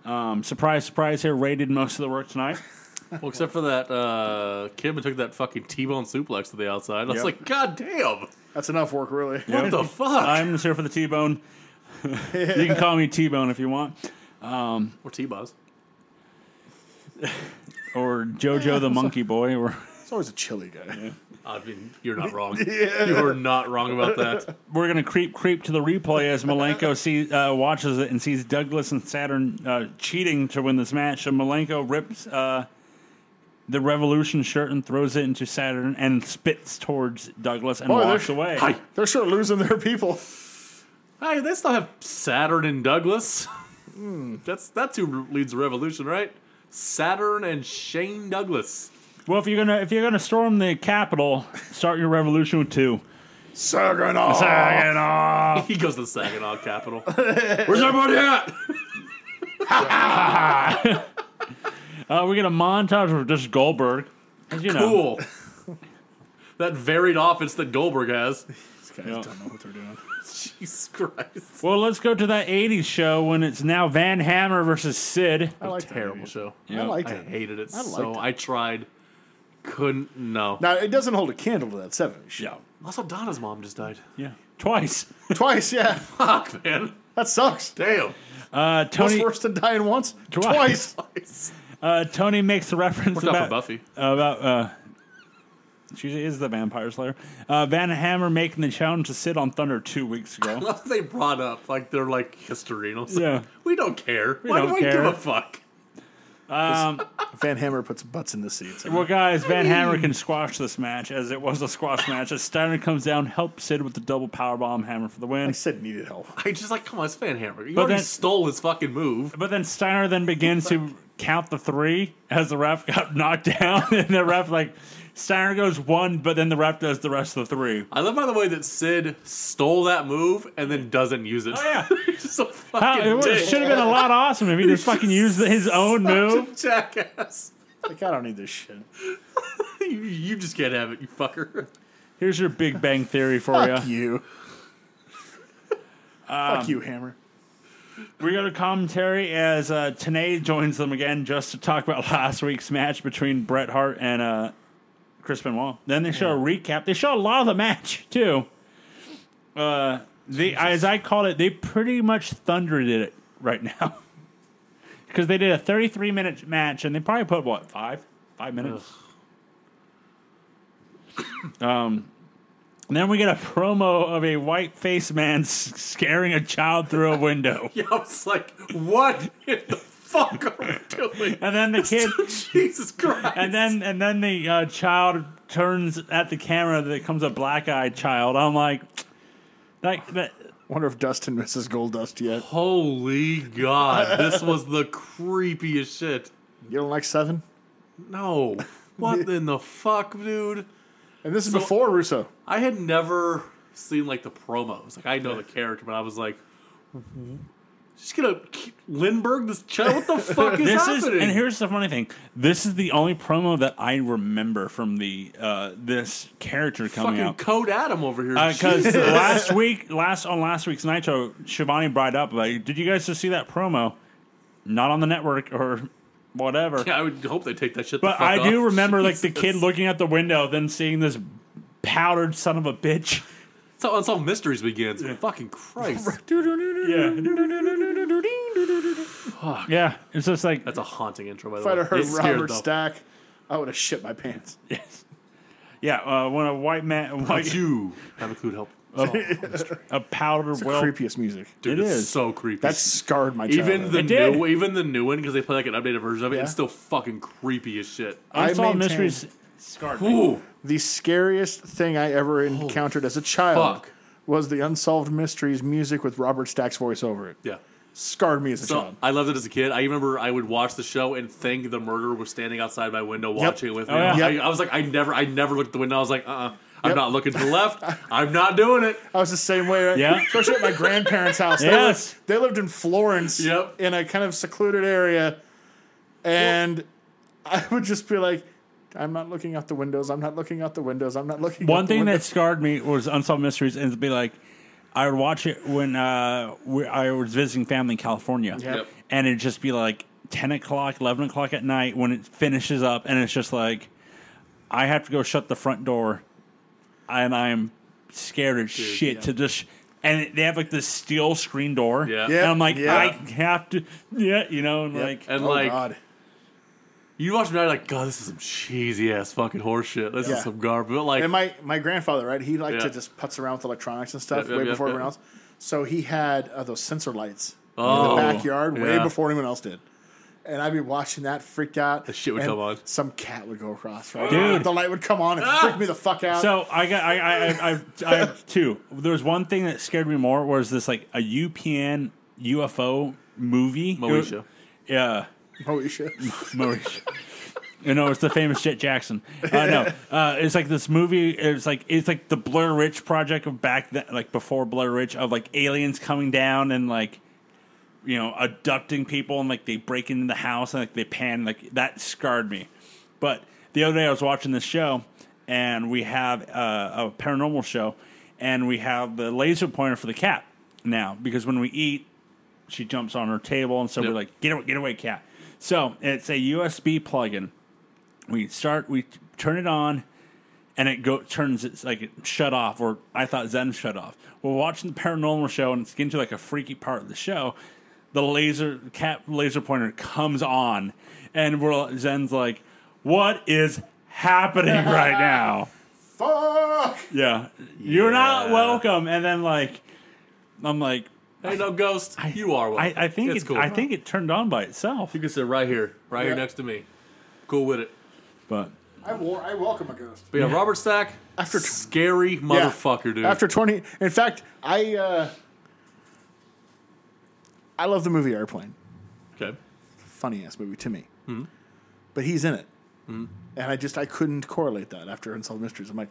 Speaker 1: Um, surprise, surprise! Here, Ray did most of the work tonight.
Speaker 3: Well, except for that, uh, Kidman took that fucking T-bone suplex to the outside. I was
Speaker 2: Yep.
Speaker 3: like, God damn,
Speaker 2: That's enough work, really.
Speaker 3: what the fuck?
Speaker 1: I'm just here for the T-bone. you can call me T-bone if you want.
Speaker 3: Or T-boss.
Speaker 1: or JoJo the Monkey Boy, or
Speaker 2: It's always a chilly guy.
Speaker 3: I mean, you're not wrong. You are not wrong about that.
Speaker 1: we're gonna creep creep to the replay as Malenko sees uh, watches it and sees Douglas and Saturn uh, cheating to win this match. So Malenko rips uh, the Revolution shirt and throws it into Saturn and spits towards Douglas and
Speaker 2: Boy,
Speaker 1: walks
Speaker 2: they're-
Speaker 1: away.
Speaker 3: Hi.
Speaker 2: They're sure losing their people.
Speaker 3: Hey, they still have Saturn and Douglas. That's that's who leads the revolution, right? Saturn and Shane Douglas.
Speaker 1: Well, if you're gonna if you're gonna storm the Capitol, start your revolution with two.
Speaker 2: Saginaw.
Speaker 1: Sagan
Speaker 2: Oh.
Speaker 1: off.
Speaker 3: He goes to the Saginaw Capital. Where's everybody at?
Speaker 1: Uh, we get a montage of just Goldberg. 'cause, You know,
Speaker 3: Cool. that varied offense that Goldberg has.
Speaker 2: These guys
Speaker 1: Yeah.
Speaker 2: don't know what they're doing.
Speaker 3: Jesus Christ.
Speaker 1: Well, let's go to that '80s show when it's now Van Hammer versus Sid.
Speaker 2: I like that
Speaker 3: Terrible
Speaker 2: movie.
Speaker 3: show.
Speaker 2: I liked
Speaker 3: I
Speaker 2: it.
Speaker 3: hated it
Speaker 2: I
Speaker 3: so.
Speaker 2: liked it.
Speaker 3: I tried. Couldn't. No.
Speaker 2: Now, it doesn't hold a candle to that 70s show.
Speaker 3: Also, Donna's mom just died.
Speaker 1: Yeah, twice.
Speaker 2: Twice, yeah.
Speaker 3: Fuck, man.
Speaker 2: That sucks.
Speaker 3: Damn.
Speaker 1: Uh,
Speaker 2: What's
Speaker 1: Tony
Speaker 2: worse than dying once?
Speaker 1: Twice.
Speaker 2: Twice.
Speaker 1: uh, Tony makes a reference
Speaker 3: Worked out for
Speaker 1: about
Speaker 3: Buffy.
Speaker 1: about uh, she is the Vampire Slayer. Uh, Van Hammer making the challenge to sit on Thunder two weeks ago.
Speaker 3: Love that they brought up like their like history and I was like,
Speaker 1: Yeah.
Speaker 3: we don't care. Why
Speaker 1: don't
Speaker 3: do I
Speaker 1: care.
Speaker 3: give a fuck?
Speaker 2: Van Hammer puts butts in the seats.
Speaker 1: well, guys, Van Hammer can squash this match as it was a squash match. As Steiner comes down, helps Sid with the double power bomb hammer for the
Speaker 2: I
Speaker 1: win.
Speaker 2: said needed help.
Speaker 3: I just like come on, it's Van Hammer. You
Speaker 1: But
Speaker 3: already
Speaker 1: then-
Speaker 3: stole his fucking move.
Speaker 1: But then Steiner then begins to count the three as the ref got knocked down, and the ref like Steiner goes one, but then the ref does the rest of the three.
Speaker 3: I love by the way that Sid stole that move and then doesn't use it.
Speaker 1: Oh yeah.
Speaker 3: He's just a fucking
Speaker 1: How, it
Speaker 3: dick.
Speaker 1: should have been a lot awesome if he just fucking used his own move.
Speaker 3: Such a jackass.
Speaker 2: Like, I don't need this shit.
Speaker 3: You, you just can't have it, you fucker.
Speaker 1: Here's your Big Bang Theory for
Speaker 2: Fuck
Speaker 1: you.
Speaker 2: you. Fuck you, Hammer.
Speaker 1: We go to commentary as uh, Tanay joins them again just to talk about last week's match between Bret Hart and uh, Chris Benoit. Then they show a recap. They show a lot of the match too. Uh, they, as I called it, they pretty much thundered it right now because they did a 33 minute match and they probably put what five five minutes. And Um, then we get a promo of a white faced man s- scaring a child through a window.
Speaker 3: Yeah, I was like, what in the fuck are we doing?
Speaker 1: And then the kid
Speaker 3: Jesus Christ.
Speaker 1: and then and then the uh, child turns at the camera that comes a black eyed child. I'm like, like that.
Speaker 2: Wonder if Dustin misses Gold Dust yet.
Speaker 3: Holy God, this was the creepiest shit.
Speaker 2: You don't like Seven?
Speaker 3: No. What in the fuck, dude?
Speaker 2: And this is before Russo.
Speaker 3: I had never seen like the promos. Like I know the character, but I was like, she's gonna keep- Lindbergh this child. What the fuck is
Speaker 1: This is,
Speaker 3: happening?
Speaker 1: and here's the funny thing. This is the only promo that I remember from the uh, this character coming
Speaker 3: fucking
Speaker 1: out.
Speaker 3: Code Adam over here.
Speaker 1: because
Speaker 3: Jesus.
Speaker 1: last week, last on last week's Nitro, Shivani brought up like, "Did you guys just see that promo? Not on the network or whatever."
Speaker 3: Yeah, I would hope they take that shit. the
Speaker 1: but
Speaker 3: fuck
Speaker 1: I do
Speaker 3: off.
Speaker 1: remember like the kid
Speaker 3: Jesus.
Speaker 1: looking out the window, then seeing this powdered son of a bitch.
Speaker 3: That's how, that's how mysteries begins. Fucking Christ,
Speaker 1: Yeah, it's just like
Speaker 3: that's a haunting intro. By the
Speaker 2: If I'd
Speaker 3: way,
Speaker 2: have heard
Speaker 3: It scared
Speaker 2: Robert
Speaker 3: the-
Speaker 2: Stack, I would have shit my pants.
Speaker 1: yeah, uh, when a white man,
Speaker 3: But
Speaker 1: white,
Speaker 3: you have a clue to help.
Speaker 1: a powdered well,
Speaker 2: Creepiest music.
Speaker 3: Dude,
Speaker 1: it
Speaker 3: it's
Speaker 1: is.
Speaker 3: so creepy.
Speaker 2: That scarred my childhood.
Speaker 3: even the
Speaker 1: It did.
Speaker 3: new, even the new one because they play like an updated version of it. It's still fucking creepy as shit.
Speaker 1: I
Speaker 2: I
Speaker 1: saw
Speaker 2: maintain-
Speaker 1: mysteries. Scarred me.
Speaker 3: Ooh,
Speaker 2: the scariest thing I ever encountered as a child
Speaker 3: fuck.
Speaker 2: was the Unsolved Mysteries music with Robert Stack's voice over it.
Speaker 3: yeah.
Speaker 2: Scarred me as a
Speaker 3: So
Speaker 2: child.
Speaker 3: I loved it as a kid. I remember I would watch the show and think the murderer was standing outside my window watching it with me.
Speaker 1: Oh, yeah.
Speaker 3: I,
Speaker 2: Yep.
Speaker 3: I was like, I never, I never looked at the window. I was like, uh, uh-uh, I'm
Speaker 2: Yep.
Speaker 3: not looking to the left. I'm not doing it.
Speaker 2: I was the same way, right?
Speaker 1: Yeah.
Speaker 2: Especially at my grandparents' house.
Speaker 1: Yes.
Speaker 2: They, lived, they lived in Florence
Speaker 3: Yep.
Speaker 2: in a kind of secluded area. And I would just be like, I'm not looking out the windows. I'm not looking out the windows. I'm not looking out
Speaker 1: One
Speaker 2: the
Speaker 1: thing that
Speaker 2: windows."
Speaker 1: scarred me was Unsolved Mysteries, and it'd be like, I would watch it when uh, we, I was visiting family in California,
Speaker 2: Yep.
Speaker 3: Yep.
Speaker 1: and it'd just be like ten o'clock, eleven o'clock at night when it finishes up, and it's just like, I have to go shut the front door, and I'm scared as shit to just. And it- they have like this steel screen door,
Speaker 3: Yeah.
Speaker 1: and I'm
Speaker 2: Yeah,
Speaker 1: like,
Speaker 2: yeah.
Speaker 1: I have to, yeah, you know, and like,
Speaker 3: And
Speaker 2: Oh,
Speaker 3: like,
Speaker 2: God.
Speaker 3: you watch it now, you're like, God, this is some cheesy ass fucking horse shit. This
Speaker 2: Yeah.
Speaker 3: is some garbage. But like,
Speaker 2: And my, my grandfather, right? He liked to
Speaker 3: Yeah.
Speaker 2: just putz around with electronics and stuff
Speaker 3: Yep, yep,
Speaker 2: way
Speaker 3: yep,
Speaker 2: before
Speaker 3: yep.
Speaker 2: everyone else. So he had uh, those sensor lights in
Speaker 3: Oh,
Speaker 2: the backyard way
Speaker 3: yeah.
Speaker 2: before anyone else did. And I'd be watching that, freaked out. The
Speaker 3: shit would come on. Ah!
Speaker 2: Some cat would go across, right?
Speaker 1: Dude.
Speaker 2: The light would come on and freak me the fuck out.
Speaker 1: So I got I I I, I, I have two. There was one thing that scared me more was this like a UPN UFO movie.
Speaker 3: Moesha.
Speaker 1: Yeah,
Speaker 2: Holy shit.
Speaker 1: Moesha. You know, it's the famous Jet Jackson. Uh, no, uh, it's like this movie. It's like it's like the Blur Ridge project of back then, like before Blur Ridge, of like aliens coming down and like you know abducting people and like they break into the house and like they pan like that scarred me. But the other day I was watching this show and we have uh, a paranormal show and we have the laser pointer for the cat now because when we eat she jumps on her table and so
Speaker 3: Yep.
Speaker 1: we're like get away get away cat. So it's a USB plug-in. We start we turn it on and it go turns it's like it shut off or I thought Zen shut off. We're watching the paranormal show and it's getting to like a freaky part of the show. The laser cat laser pointer comes on and we're Zen's like, What is happening right now?
Speaker 2: fuck!
Speaker 1: Yeah. You're not
Speaker 3: Yeah.
Speaker 1: welcome. And then like I'm like
Speaker 3: hey, no ghost, you are. One.
Speaker 1: I, I think
Speaker 3: it's
Speaker 1: it,
Speaker 3: cool.
Speaker 1: I think it turned on by itself.
Speaker 3: you can sit right here, right
Speaker 2: Yeah.
Speaker 3: here next to me. Cool with it.
Speaker 1: But
Speaker 2: I, war- I welcome a ghost.
Speaker 3: But yeah, Robert Stack,
Speaker 2: After-
Speaker 3: scary motherfucker, dude.
Speaker 2: After 20. In fact, I. Uh, I love the movie Airplane.
Speaker 3: okay,
Speaker 2: Funny ass movie to me. But he's in it. And I just, I couldn't correlate that after Unsolved Mysteries. I'm like,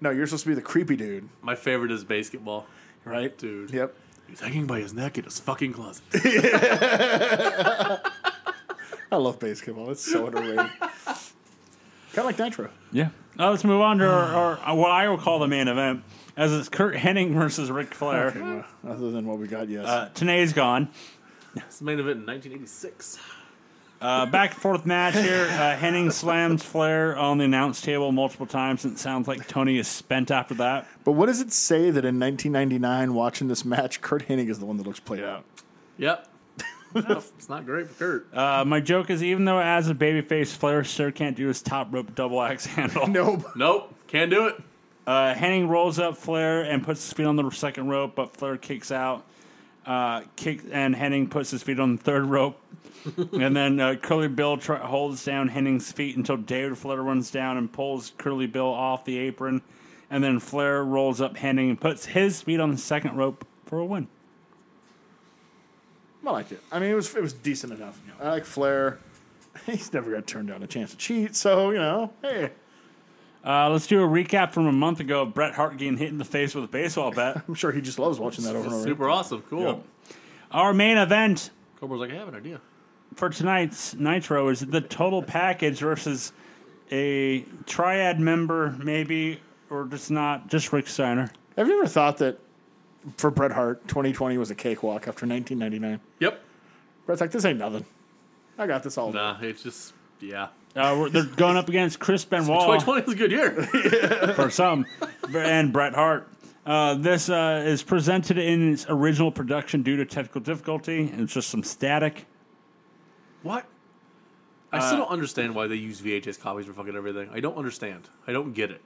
Speaker 2: no, you're supposed to be the creepy dude,
Speaker 3: my favorite is basketball.
Speaker 2: right?
Speaker 3: Dude.
Speaker 2: Yep.
Speaker 3: He's hanging by his neck in his fucking closet.
Speaker 2: I love basketball. It's so underrated. kind of like Nitro.
Speaker 1: yeah. Now let's move on to our, our uh, what I will call the main event, as it's Kurt Hennig versus Ric Flair.
Speaker 2: Okay, well, uh, other than what we got, yes.
Speaker 1: Uh, Tanae's gone.
Speaker 3: It's the main event in 1986.
Speaker 1: Uh, back and forth match here. Uh, Henning slams Flair on the announce table multiple times, and it sounds like Tony is spent after that.
Speaker 2: but what does it say that in 1999, watching this match, Kurt Hennig is the one that looks played out?
Speaker 3: Yep. No, it's not great for Kurt.
Speaker 1: Uh, my joke is even though as a babyface, Flair sure can't do his top rope double axe handle.
Speaker 2: No.
Speaker 3: nope, can't do it.
Speaker 1: Uh, Henning rolls up Flair and puts his feet on the second rope, but Flair kicks out. Uh, kick and Henning puts his feet on the third rope, and then uh, Curly Bill try- holds down Henning's feet until David Flair runs down and pulls Curly Bill off the apron, and then Flair rolls up Henning and puts his feet on the second rope for a win.
Speaker 2: I liked it. I mean, it was it was decent enough. I like Flair. He's never going to turn down a chance to cheat, so you know, hey,
Speaker 1: Uh, let's do a recap from a month ago of Bret Hart getting hit in the face with a baseball bat.
Speaker 2: I'm sure he just loves watching that over and over. again.
Speaker 3: Super awesome. Cool.
Speaker 1: Yep. Our main event
Speaker 3: Cobra's like, I have an idea.
Speaker 1: for tonight's Nitro is the total package versus a triad member, maybe, or just not, just Rick Steiner.
Speaker 2: Have you ever thought that for Bret Hart, 2020 was a cakewalk after 1999?
Speaker 3: Yep.
Speaker 2: Bret's like, this ain't nothing. I got this all.
Speaker 3: Nah, it's just yeah.
Speaker 1: Uh, we're, they're going up against Chris Benoit
Speaker 3: 2020 was a good year.
Speaker 1: for some, and Bret Hart. Uh, this uh, is presented in its original production due to technical difficulty, and it's just some static.
Speaker 3: what? I still don't understand why they use VHS copies for fucking everything. I don't understand. I don't get it.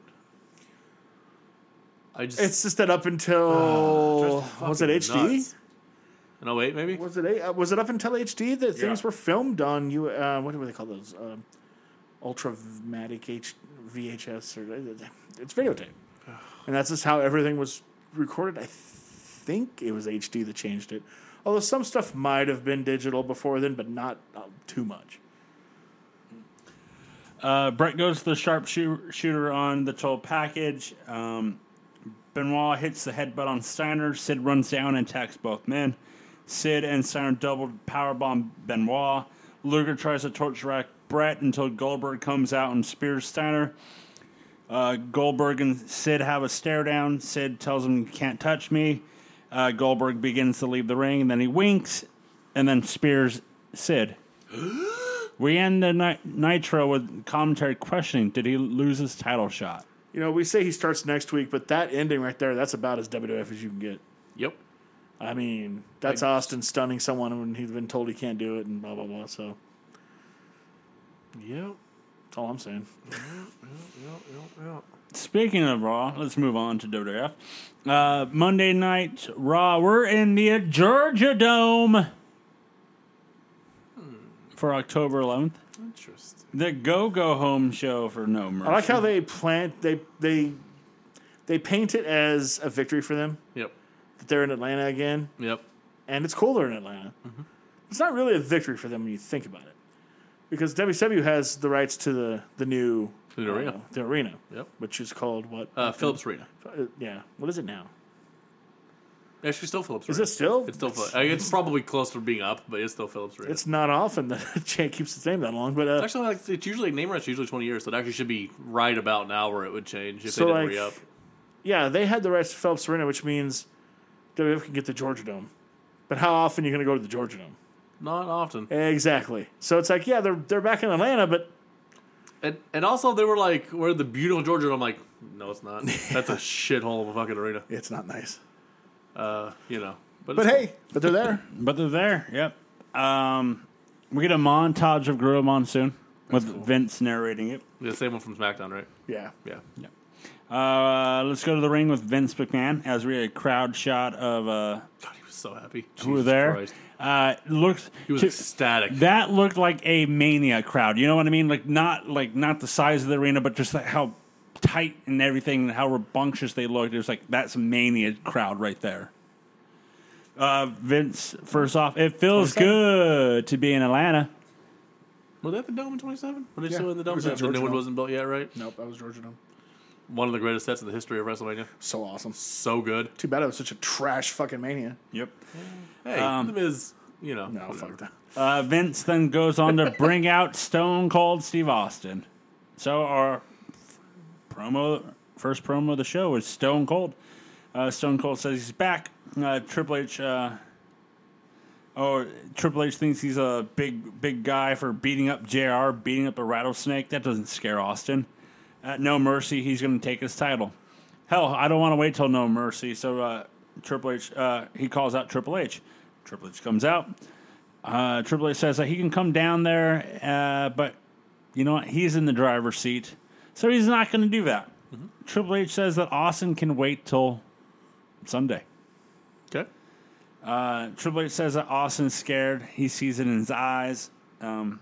Speaker 3: I just
Speaker 2: It's just that up until
Speaker 3: Just
Speaker 2: was it
Speaker 3: fucking
Speaker 2: HD?
Speaker 3: nuts. no wait maybe
Speaker 2: Was it a- uh, was it up until HD that things were filmed on you? Uh, what do they call those? Um, Ultramatic H- VHS or uh, it's videotape, and that's just how everything was recorded. I think it was HD that changed it. Although some stuff might have been digital before then, but not uh, too much.
Speaker 1: Uh, Brett goes to the sharpshooter shooter on the toll package. Um, Benoit hits the headbutt on Steiner. Sid runs down and attacks both men. Sid and Steiner double powerbomb Benoit. Luger tries to torch rack Brett until Goldberg comes out and spears Steiner. Uh, Goldberg and Sid have a stare down. Sid tells him, You can't touch me. Uh, Goldberg begins to leave the ring, and then he winks and then spears Sid. We end the ni- Nitro with commentary questioning: Did he lose his title shot?
Speaker 2: You know, we say he starts next week, but that ending right there, that's about as WWF as you can get.
Speaker 3: yep
Speaker 2: I mean, that's Austin stunning someone when he's been told he can't do it and blah, blah, blah. So
Speaker 3: yep
Speaker 2: that's all I'm saying.
Speaker 1: Speaking of Raw, let's move on to WWF. Uh, Monday Night Raw. We're in the Georgia Dome for October 11th.
Speaker 3: interesting
Speaker 1: The Go Go Home show for No Mercy.
Speaker 2: I like how they plant, they, they, they paint it as a victory for them
Speaker 3: yep
Speaker 2: that they're in Atlanta again.
Speaker 3: yep
Speaker 2: And it's cool they're in Atlanta.
Speaker 3: Mm-hmm.
Speaker 2: It's not really a victory for them when you think about it because WCW has the rights to the, the new
Speaker 3: The arena.
Speaker 2: uh, the arena,
Speaker 3: Yep.
Speaker 2: which is called what?
Speaker 3: uh, Phillips Arena
Speaker 2: Uh, yeah. What is it now?
Speaker 3: actually still Phillips
Speaker 2: Is
Speaker 3: Arena
Speaker 2: it still?
Speaker 3: it's still Phil- I- it's probably close to being up but it's still Phillips Arena
Speaker 2: It's not often that a chant keeps its name that long, but uh,
Speaker 3: Actually, like, it's usually name rights. are Usually twenty years, so it actually should be right about now where it would change if
Speaker 2: So,
Speaker 3: they didn't
Speaker 2: like,
Speaker 3: re-up.
Speaker 2: yeah, they had the rights to Phelps Arena, which means WWF can get the Georgia Dome. But how often are you going to go to the Georgia Dome?
Speaker 3: Not often.
Speaker 2: Exactly. So it's like, yeah, they're they're back in Atlanta, but
Speaker 3: And and also they were like, "We're the beautiful Georgia." And I'm like, "No, it's not. That's a shithole of a fucking arena."
Speaker 2: it's not nice.
Speaker 3: Uh, you know.
Speaker 2: But
Speaker 3: it's-
Speaker 2: hey, but they're there.
Speaker 1: But they're there. Yep. Um, we get a montage of Gorilla Monsoon with Vince narrating it.
Speaker 3: the same one from SmackDown, right?
Speaker 2: yeah.
Speaker 3: Yeah.
Speaker 1: Uh, let's go to the ring with Vince McMahon as we get a crowd shot of. Uh,
Speaker 3: God, he was so happy.
Speaker 1: who were
Speaker 3: Jesus
Speaker 1: there.
Speaker 3: Christ.
Speaker 1: Uh, looked
Speaker 3: He was
Speaker 1: to-
Speaker 3: ecstatic.
Speaker 1: that looked like a mania crowd. You know what I mean? Like not like not the size of the arena, but just like how tight and everything, and how rambunctious they looked. It was like that's a mania crowd right there. Uh, Vince, first off, it feels good to be in Atlanta.
Speaker 3: were they at the Dome in 27? Were they
Speaker 2: Yeah.
Speaker 3: still in the Dome?
Speaker 2: It was at
Speaker 3: The new
Speaker 2: Georgia
Speaker 3: one
Speaker 2: Dome.
Speaker 3: wasn't built yet, right?
Speaker 2: Nope, that was Georgia Dome.
Speaker 3: One of the greatest sets in the history of WrestleMania.
Speaker 2: So awesome.
Speaker 3: So good.
Speaker 2: Too bad it was such a trash fucking mania.
Speaker 1: Yep.
Speaker 3: Hey,
Speaker 1: Um,
Speaker 3: The Miz, you know.
Speaker 2: No,
Speaker 3: whatever.
Speaker 2: fuck that.
Speaker 1: Uh, Vince then goes on to bring out Stone Cold Steve Austin. So our f- promo, first promo of the show is Stone Cold. Uh, Stone Cold says he's back. Uh, Triple H, uh, oh Triple H thinks he's a big big guy for beating up Jr. Beating up a rattlesnake that doesn't scare Austin. At No Mercy, he's going to take his title. Hell, I don't want to wait till No Mercy. So uh, Triple H, uh, he calls out Triple H. Triple H comes out. Uh, Triple H says that he can come down there, uh, but you know what? He's in the driver's seat, so he's not going to do that. Triple H says that Austin can wait till Sunday.
Speaker 3: Okay.
Speaker 1: Uh, Triple H says that Austin's scared. He sees it in his eyes. Um,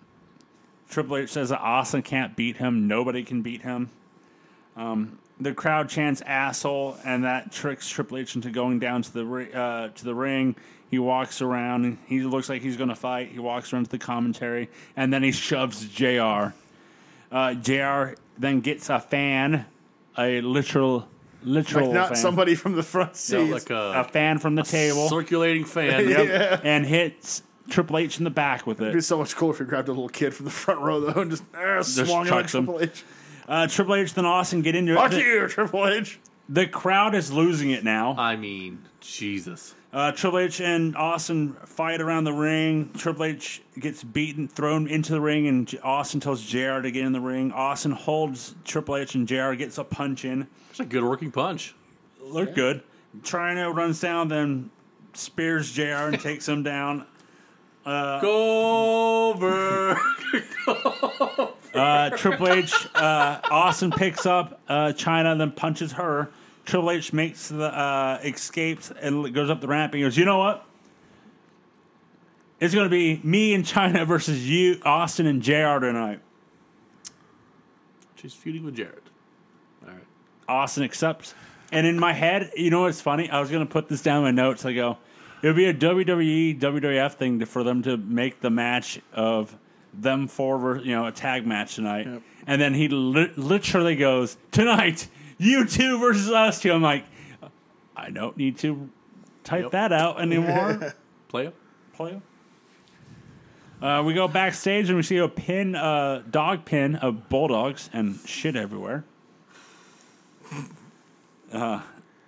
Speaker 1: Triple H says that Austin can't beat him. Nobody can beat him. Um, the crowd chants "asshole," and that tricks Triple H into going down to the ri- uh, to the ring. He walks around. and He looks like he's going to fight. He walks around to the commentary, and then he shoves Jr. Uh, Jr. then gets a fan, a literal literal
Speaker 2: Like not
Speaker 1: fan,
Speaker 2: somebody from the front
Speaker 3: Yeah,
Speaker 2: seat.
Speaker 3: like uh,
Speaker 1: a
Speaker 3: a,
Speaker 1: fan from the table,
Speaker 3: circulating fan.
Speaker 2: Yeah.
Speaker 1: and hits Triple H in the back with it.
Speaker 2: It'd be so much cooler if you grabbed a little kid from the front row though and just, uh, swung him like
Speaker 1: chucks him.
Speaker 2: Triple H.
Speaker 1: Uh, Triple H then Austin get into
Speaker 2: Fuck
Speaker 1: it.
Speaker 2: you, Triple H.
Speaker 1: The crowd is losing it now.
Speaker 3: I mean, Jesus.
Speaker 1: Uh, Triple H and Austin fight around the ring. Triple H gets beaten, thrown into the ring, and J- Austin tells JR to get in the ring. Austin holds Triple H, and JR gets a punch in.
Speaker 3: It's a good working punch.
Speaker 1: Looked good. Trino runs down, then spears JR and takes him down.
Speaker 2: Uh,
Speaker 3: Goldberg.
Speaker 1: Uh, Triple H, uh, Austin picks up uh, China, then punches her. Triple H makes the uh, escapes and goes up the ramp and goes, "You know what? It's going to be me and China versus you, Austin and Jr. tonight."
Speaker 3: She's feuding with Jared. All right.
Speaker 1: Austin accepts. And in my head, you know what's funny? I was going to put this down in my notes. I go, it would be a E, WWE, WWF thing to, for them to make the match of them four, ver- you know, a tag match tonight. And then he li- literally goes, tonight, you two versus us two. I'm like, I don't need to type
Speaker 3: Yep.
Speaker 1: that out anymore.
Speaker 3: Play up.
Speaker 1: Play. Uh, we go backstage and we see a pin, uh, dog pin of bulldogs and shit everywhere. Uh,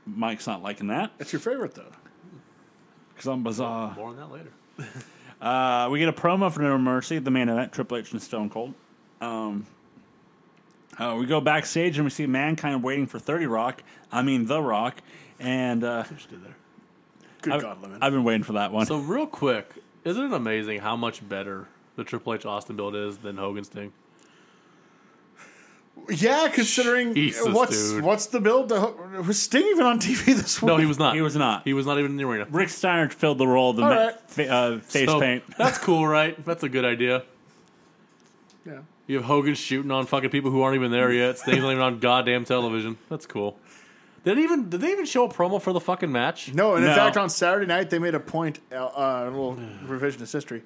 Speaker 1: Mike's not liking that
Speaker 2: That's your favorite though.
Speaker 1: because I'm bizarre.
Speaker 3: More on that later.
Speaker 1: Uh, we get a promo for No Mercy, the main event, Triple H and Stone Cold. Um, uh, we go backstage and we see Mankind waiting for 30 Rock. I mean, The Rock. And uh,
Speaker 3: Just did there.
Speaker 2: Good
Speaker 1: I've,
Speaker 2: God, Lemon.
Speaker 1: I've been waiting for that one.
Speaker 3: So real quick, isn't it amazing how much better the Triple H Austin build is than Hogan's thing?
Speaker 2: yeah, considering
Speaker 3: Jesus,
Speaker 2: what's
Speaker 3: dude.
Speaker 2: what's the build? The, was Sting even on TV this week?
Speaker 3: No, he was not.
Speaker 1: he was not.
Speaker 3: He was not even in the arena.
Speaker 1: Rick Steiner filled the role of the
Speaker 2: All
Speaker 1: ma-
Speaker 2: right.
Speaker 1: fa- uh, face
Speaker 3: So,
Speaker 1: paint.
Speaker 3: That's cool, right? That's a good idea.
Speaker 2: Yeah.
Speaker 3: You have Hogan shooting on fucking people who aren't even there yet. Sting's not even on goddamn television. That's cool. Did even did they even show a promo for the fucking match?
Speaker 2: No, and in
Speaker 1: No.
Speaker 2: fact, on Saturday night they made a point. Uh, uh, a little revisionist history.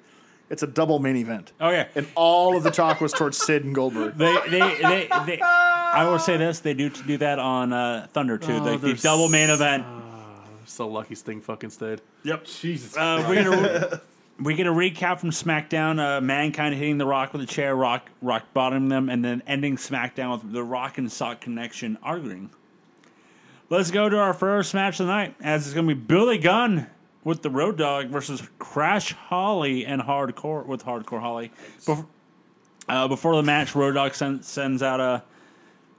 Speaker 2: It's a double main event,
Speaker 1: Oh yeah,
Speaker 2: and all of the talk was towards Sid and Goldberg.
Speaker 1: they, they, they, they, I will say this: they do do that on uh, Thunder too, like the
Speaker 3: they're
Speaker 1: double main event.
Speaker 3: So lucky Sting fucking stayed.
Speaker 1: Yep.
Speaker 3: Jesus.
Speaker 1: Uh, we get a we get a recap from SmackDown. Uh, Mankind hitting the Rock with a chair, Rock Rock bottoming them, and then ending SmackDown with the Rock and Sock connection arguing. Let's go to our first match of the night, as it's going to be Billy Gunn with the Road Dog versus Crash Holly and Hardcore with Hardcore Holly. Bef- uh, before the match, Road Dog send, sends out a,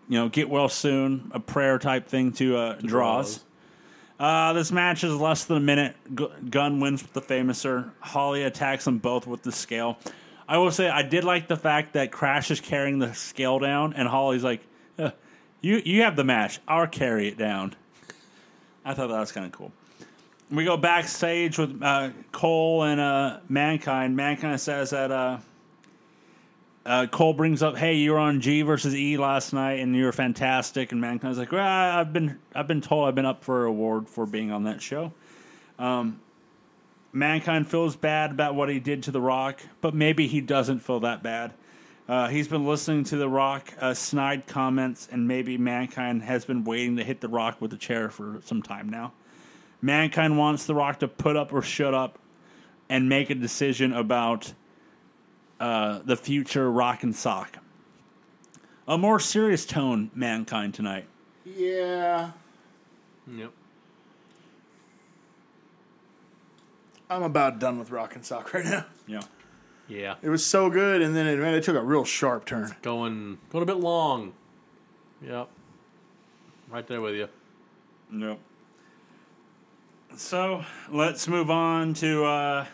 Speaker 1: you know, get well soon, a prayer type thing to, uh, draws. Uh, this match is less than a minute. G- Gunn wins with the famouser. Holly attacks them both with the scale. I will say I did like the fact that Crash is carrying the scale down, and Holly's like, "Huh, "You you have the match. I'll carry it down." I thought that was kind of cool. We go backstage with uh, Cole and uh, Mankind. Mankind says that uh, uh, Cole brings up, "Hey, you were on G versus E last night, and you were fantastic." And Mankind's like, "Well, I- I've been, I've been told I've been up for an award for being on that show." Um, Mankind feels bad about what he did to The Rock, but maybe he doesn't feel that bad. Uh, he's been listening to The Rock uh, snide comments, and maybe Mankind has been waiting to hit The Rock with a chair for some time now. Mankind wants The Rock to put up or shut up, and make a decision about uh, the future rock and sock. A more serious tone, mankind tonight.
Speaker 2: Yeah,
Speaker 3: Yep.
Speaker 2: I'm about done with Rock and Sock right now.
Speaker 1: Yeah.
Speaker 3: Yeah.
Speaker 2: It was so good, and then it, man, it took a real sharp turn.
Speaker 3: Going going a bit long. Yep. Right there with you.
Speaker 1: Yep. So let's move on to uh,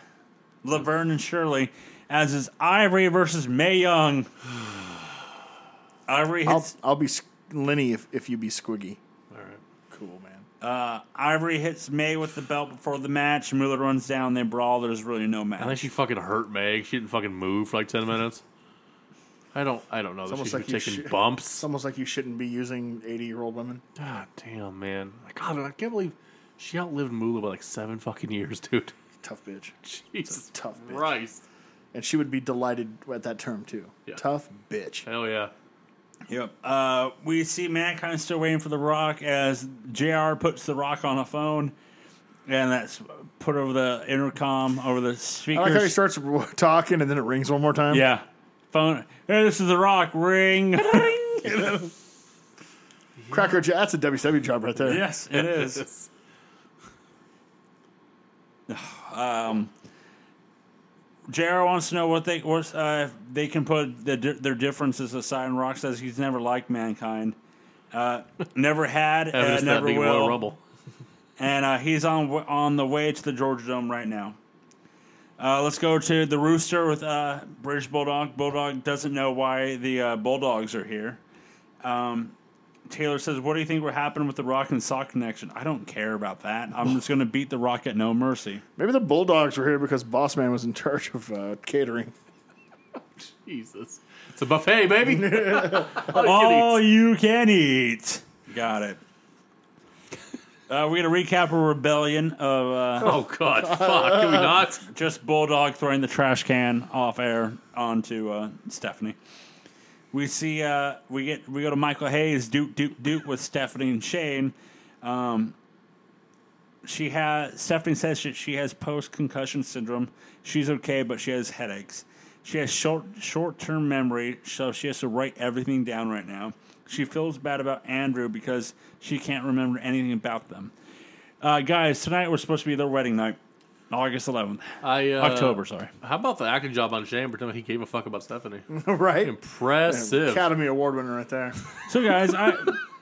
Speaker 1: Laverne and Shirley, as is Ivory versus May Young. Ivory
Speaker 2: I'll
Speaker 1: hits
Speaker 2: I'll be squ- Lenny if if you be Squiggy.
Speaker 3: All right.
Speaker 2: Cool man.
Speaker 1: uh, Ivory hits May with the belt before the match. Mueller runs down. They brawl. There's really no
Speaker 3: I think
Speaker 1: match.
Speaker 3: she fucking hurt Meg. She didn't fucking move for like ten minutes. I don't. I don't know. that
Speaker 2: almost
Speaker 3: she's
Speaker 2: like
Speaker 3: like
Speaker 2: you
Speaker 3: taking
Speaker 2: should-
Speaker 3: bumps.
Speaker 2: It's almost like you shouldn't be using 80 year old women.
Speaker 3: God damn, man. Like, God, I can't believe she outlived Mula by like seven fucking years, dude.
Speaker 2: Tough bitch.
Speaker 3: Jesus
Speaker 2: tough bitch.
Speaker 3: Christ.
Speaker 2: And she would be delighted at that term, too.
Speaker 3: Yeah.
Speaker 2: Tough bitch.
Speaker 3: Hell yeah.
Speaker 1: Yep. Uh, we see Mankind still waiting for The Rock as JR puts The Rock on a phone, and that's put over the intercom, over the
Speaker 2: I like how he
Speaker 1: speakers.
Speaker 2: starts talking and then it rings one more time.
Speaker 1: yeah. Phone. Hey, this is The Rock. Ring.
Speaker 2: Cracker Jack. That's a WCW job right there.
Speaker 1: yes, it is. JR wants to know what they what, uh, if they can put the, di- their differences aside. And Rock says he's never liked mankind, uh, never had, uh,
Speaker 3: Evidence that
Speaker 1: never
Speaker 3: being Royal
Speaker 1: will.
Speaker 3: Rumble.
Speaker 1: And uh, he's on w- on the way to the Georgia Dome right now. Uh, let's go to the Rooster with uh, British Bulldog. Bulldog doesn't know why the uh, Bulldogs are here. Um, Taylor says, "What do you think will happen with the Rock and Sock connection?" I don't care about that. I'm just going to beat the Rock at no mercy.
Speaker 2: Maybe the Bulldogs were here because Boss Man was in charge of uh, catering.
Speaker 3: Jesus. It's a buffet, baby.
Speaker 1: All
Speaker 3: All
Speaker 1: you can eat. Got it. Uh, we're going to recap a rebellion of uh,
Speaker 3: oh, God. Fuck. Can we not?
Speaker 1: just Bulldog throwing the trash can off air onto uh, Stephanie. We see uh, we get we go to Michael Hayes Duke Duke Duke with Stephanie and Shane. Um, she has Stephanie says that she has post concussion syndrome. She's okay, but she has headaches. She has short short term memory, so she has to write everything down right now. She feels bad about Andrew because she can't remember anything about them. Uh, guys, tonight we're supposed to be their wedding night, August 11th.
Speaker 3: I, uh,
Speaker 1: October, sorry.
Speaker 3: How about the acting job on Shane pretending he gave a fuck about Stephanie?
Speaker 2: right?
Speaker 3: Impressive.
Speaker 2: Academy Award winner right there.
Speaker 1: So, guys, I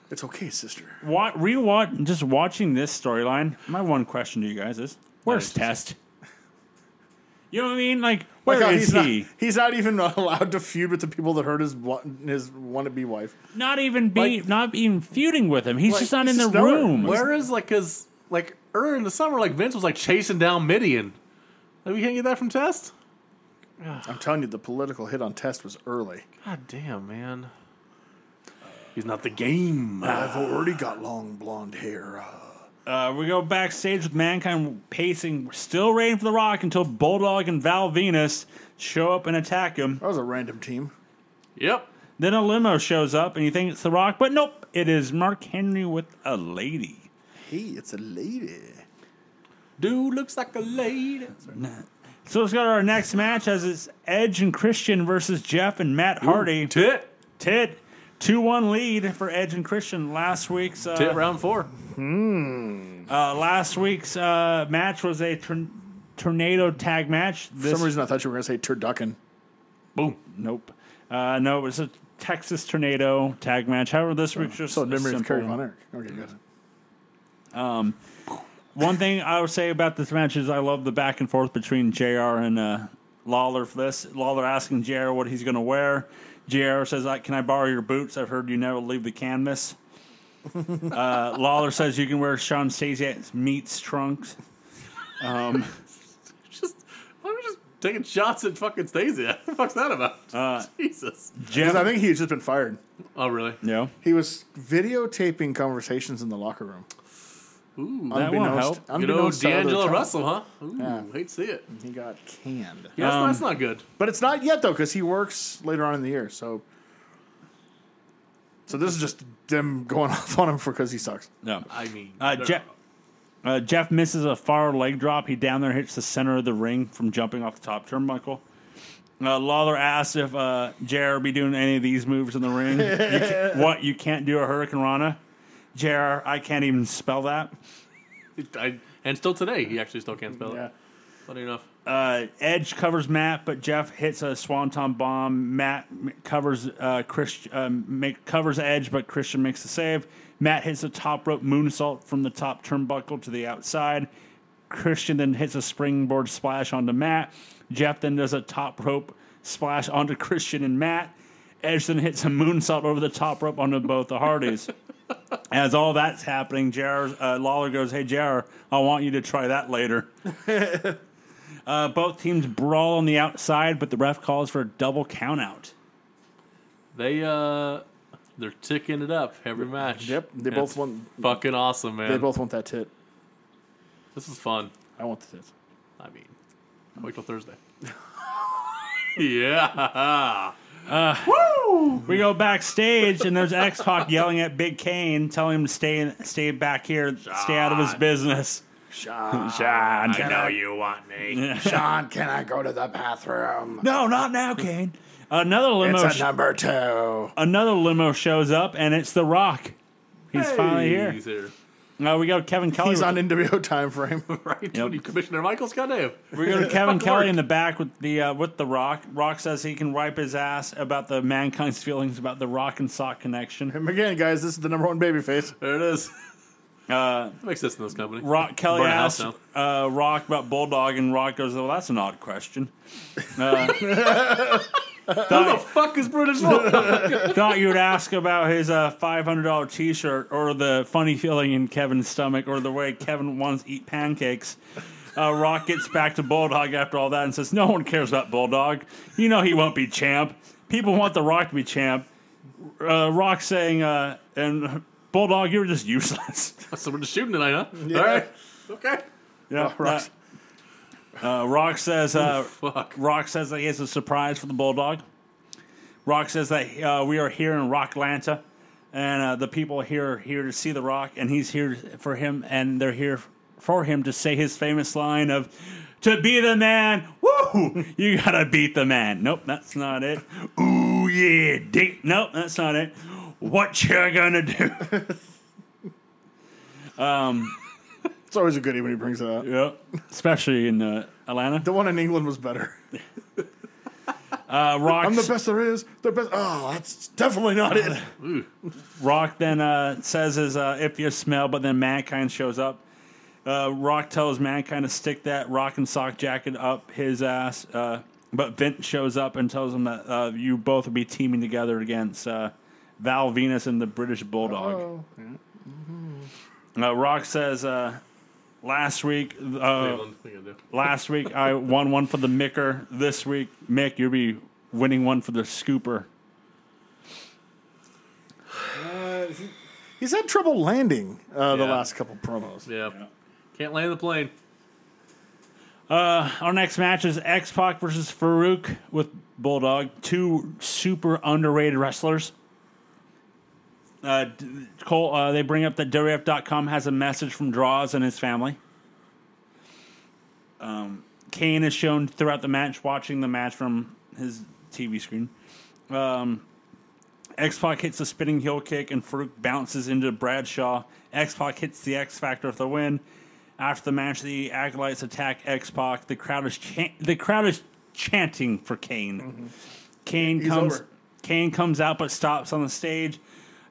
Speaker 2: It's okay, sister.
Speaker 1: wa- rewatch just watching this storyline. My one question to you guys is: Where's
Speaker 3: Nice.
Speaker 1: Test? You know what I mean? Like,
Speaker 2: Like
Speaker 1: where
Speaker 2: how
Speaker 1: is
Speaker 2: he's not-
Speaker 1: he? Not,
Speaker 2: he's not even allowed to feud with the people that hurt his wa- his wannabe wife.
Speaker 1: even be
Speaker 3: Like-
Speaker 1: not even feuding with him. He's
Speaker 2: Like,
Speaker 1: just not in
Speaker 2: he's
Speaker 1: the
Speaker 2: just nowhere.
Speaker 1: room.
Speaker 3: Where is, like, because, like, earlier in the summer, like, Vince was, like, chasing down Midian. Like, we can't get that from Test?
Speaker 2: I'm telling you, the political hit on Test was early.
Speaker 3: God damn, man. He's not the game.
Speaker 2: I've already got long blonde hair. Uh,
Speaker 1: Uh, we go backstage with Mankind pacing, still waiting for The Rock until Bulldog and Val Venus show up and attack him.
Speaker 2: that was a random team.
Speaker 3: Yep.
Speaker 1: Then a limo shows up, and you think it's The Rock, but nope, it is Mark Henry with a lady.
Speaker 2: Hey, it's a lady.
Speaker 3: Dude looks like a lady.
Speaker 1: So let's go to our next match as it's Edge and Christian versus Jeff and Matt Hardy.
Speaker 3: Tit.
Speaker 1: Tit. 2 1 lead for Edge and Christian. Last week's
Speaker 3: Tit
Speaker 1: uh,
Speaker 3: round four.
Speaker 1: uh, last week's uh, match was a torn tornado tag match.
Speaker 2: For
Speaker 1: This,
Speaker 2: some reason, I thought you were going to say turducken.
Speaker 3: Boom.
Speaker 1: nope. Uh, no, it was a Texas tornado tag match. However, this week's just
Speaker 2: So,
Speaker 1: a
Speaker 2: in memory of
Speaker 1: simple
Speaker 2: Kerry
Speaker 1: one.
Speaker 2: Von Erich. Okay, good.
Speaker 1: One thing I would say about this match is I love the back and forth between JR and uh, Lawler for this. Lawler asking JR what he's going to wear. JR says, "I- Can I borrow your boots? I've heard you never leave the canvas. uh, Lawler says, You can wear Sean Stasiak's meats trunks.
Speaker 3: Just why are we just taking shots at fucking Stacey? What the fuck's that about? Jesus.
Speaker 2: Because I
Speaker 1: Jeff,
Speaker 2: think he had just been fired.
Speaker 3: Oh really?
Speaker 1: no.
Speaker 2: He was videotaping conversations in the locker room.
Speaker 3: Ooh.
Speaker 1: That won't help.
Speaker 2: Unbeknownst-
Speaker 3: Good old
Speaker 2: unbeknownst to other
Speaker 3: D'Angelo
Speaker 2: top-
Speaker 3: Russell, huh? Ooh,
Speaker 2: Yeah.
Speaker 3: hate to see it. Um,
Speaker 2: He got canned.
Speaker 3: Yeah, that's, that's not good.
Speaker 2: But it's not yet though, because he works later on in the year. So, so this is just them going off on him for because he sucks.
Speaker 1: No.
Speaker 3: I mean
Speaker 1: Uh,
Speaker 3: they're-
Speaker 1: Jeff, uh, Jeff misses a far leg drop. He down there hits the center of the ring from jumping off the top turnbuckle. Uh, Lawler asks if uh, JR be doing any of these moves in the ring. You can't- what you can't do a Hurricane Rana, JR? I can't even spell that.
Speaker 3: I, and still today he actually still can't spell
Speaker 2: Yeah,
Speaker 3: it. Funny enough.
Speaker 1: Uh, Edge covers Matt, but Jeff hits a swanton bomb. Matt m- covers uh, Chris, uh, make, covers Edge, but Christian makes the save. Matt hits a top rope moonsault from the top turnbuckle to the outside. Christian then hits a springboard splash onto Matt. Jeff then does a top rope splash onto Christian and Matt. Edge then hits a moonsault over the top rope onto both the Hardys. As all that's happening, JR, uh, Lawler goes, Hey, JR, I want you to try that later. Uh, both teams brawl on the outside, but the ref calls for a double countout.
Speaker 3: They uh, they're ticking it up every match.
Speaker 2: Yep, they
Speaker 3: And
Speaker 2: both
Speaker 3: it's
Speaker 2: won-
Speaker 3: Fucking awesome, man.
Speaker 2: They both want that tit.
Speaker 3: This is fun.
Speaker 2: I want the tits.
Speaker 3: I mean, wait till Thursday. yeah.
Speaker 1: We go backstage, and there's X Pac yelling at Big Kane, telling him to stay in, stay back here, stay out of his business.
Speaker 2: Sean,
Speaker 1: John,
Speaker 3: know you want me.
Speaker 2: Sean, can I go to the bathroom?
Speaker 1: no, not now, Kane. Another limo,
Speaker 2: It's a number two.
Speaker 1: another limo shows up, and it's The Rock. He's finally here.
Speaker 3: He's here.
Speaker 1: Uh, we go Kevin Kelly.
Speaker 2: He's
Speaker 1: with-
Speaker 2: on NWO time frame.
Speaker 3: Right, dude. Commissioner Michael's goddamn.
Speaker 1: We go to Kevin
Speaker 3: Fuck
Speaker 1: Kelly
Speaker 3: Rock.
Speaker 1: in the back with the uh, with the Rock. Rock says he can wipe his ass about the mankind's feelings about the Rock and Sock connection.
Speaker 2: And again, guys, this is the number one babyface.
Speaker 3: There it is.
Speaker 1: Uh,
Speaker 3: That makes sense in this company.
Speaker 1: Rock Kelly
Speaker 3: Burn a house
Speaker 1: asks uh, Rock about Bulldog, and Rock goes, "Well, that's an odd question." Uh,
Speaker 3: Who the fuck is British Bulldog?
Speaker 1: thought you would ask about his uh, five hundred dollar T shirt, or the funny feeling in Kevin's stomach, or the way Kevin wants to eat pancakes. Uh, Rock gets back to Bulldog after all that and says, "No one cares about Bulldog. You know he won't be champ. People want the Rock to be champ." Uh, Rock saying, uh, "And Bulldog, you're just useless."
Speaker 3: so we're just shooting tonight, huh? All right. Okay.
Speaker 1: yeah,
Speaker 2: Rock's-
Speaker 1: uh, uh, Rock says, uh,
Speaker 3: Fuck.
Speaker 1: Rock says that he has a surprise for the Bulldog. Rock says that uh, we are here in Rocklanta, and uh, the people here are here to see the Rock, and he's here for him, and they're here for him to say his famous line of, "To be the man, woo! You gotta beat the man." Nope, that's not it. Ooh yeah, dick. Nope, that's not it. What you gonna do?
Speaker 2: It's always a goodie when he brings it up.
Speaker 1: yep. Especially in uh, Atlanta.
Speaker 2: The one in England was better.
Speaker 1: Uh, Rock.
Speaker 2: I'm the best there is. The best. Oh, that's definitely not
Speaker 3: Uh.
Speaker 2: it.
Speaker 1: Rock then uh, says is uh, if you smell, but then Mankind shows up. Uh, Rock tells Mankind to stick that rock and sock jacket up his ass, uh, but Vince shows up and tells him that uh, you both will be teaming together against uh, Val Venus and the British Bulldog.
Speaker 2: Oh.
Speaker 1: Uh, Rock says uh, last week, uh,
Speaker 3: Cleveland, what are you gonna do?
Speaker 1: last week I won one for the Micker. This week, Mick, you'll be winning one for the Scooper.
Speaker 2: He's had trouble landing uh, the
Speaker 3: Yeah.
Speaker 2: last couple promos.
Speaker 3: Yeah. Can't land the plane.
Speaker 1: Our next match is X Pac versus Farouk with Bulldog, two super underrated wrestlers. Uh, d- Cole, uh, they bring up that WF.com has a message from Draws and his family. Um, Kane is shown throughout the match, watching the match from his TV screen. X Pac hits a spinning heel kick, and Farouk bounces into Bradshaw. X Pac hits the X Factor for the win. After the match, the acolytes attack X Pac. The crowd is chan- the crowd is chanting for Kane. Kane
Speaker 2: Mm-hmm. He's
Speaker 1: comes
Speaker 2: over.
Speaker 1: Kane comes out but stops on the stage.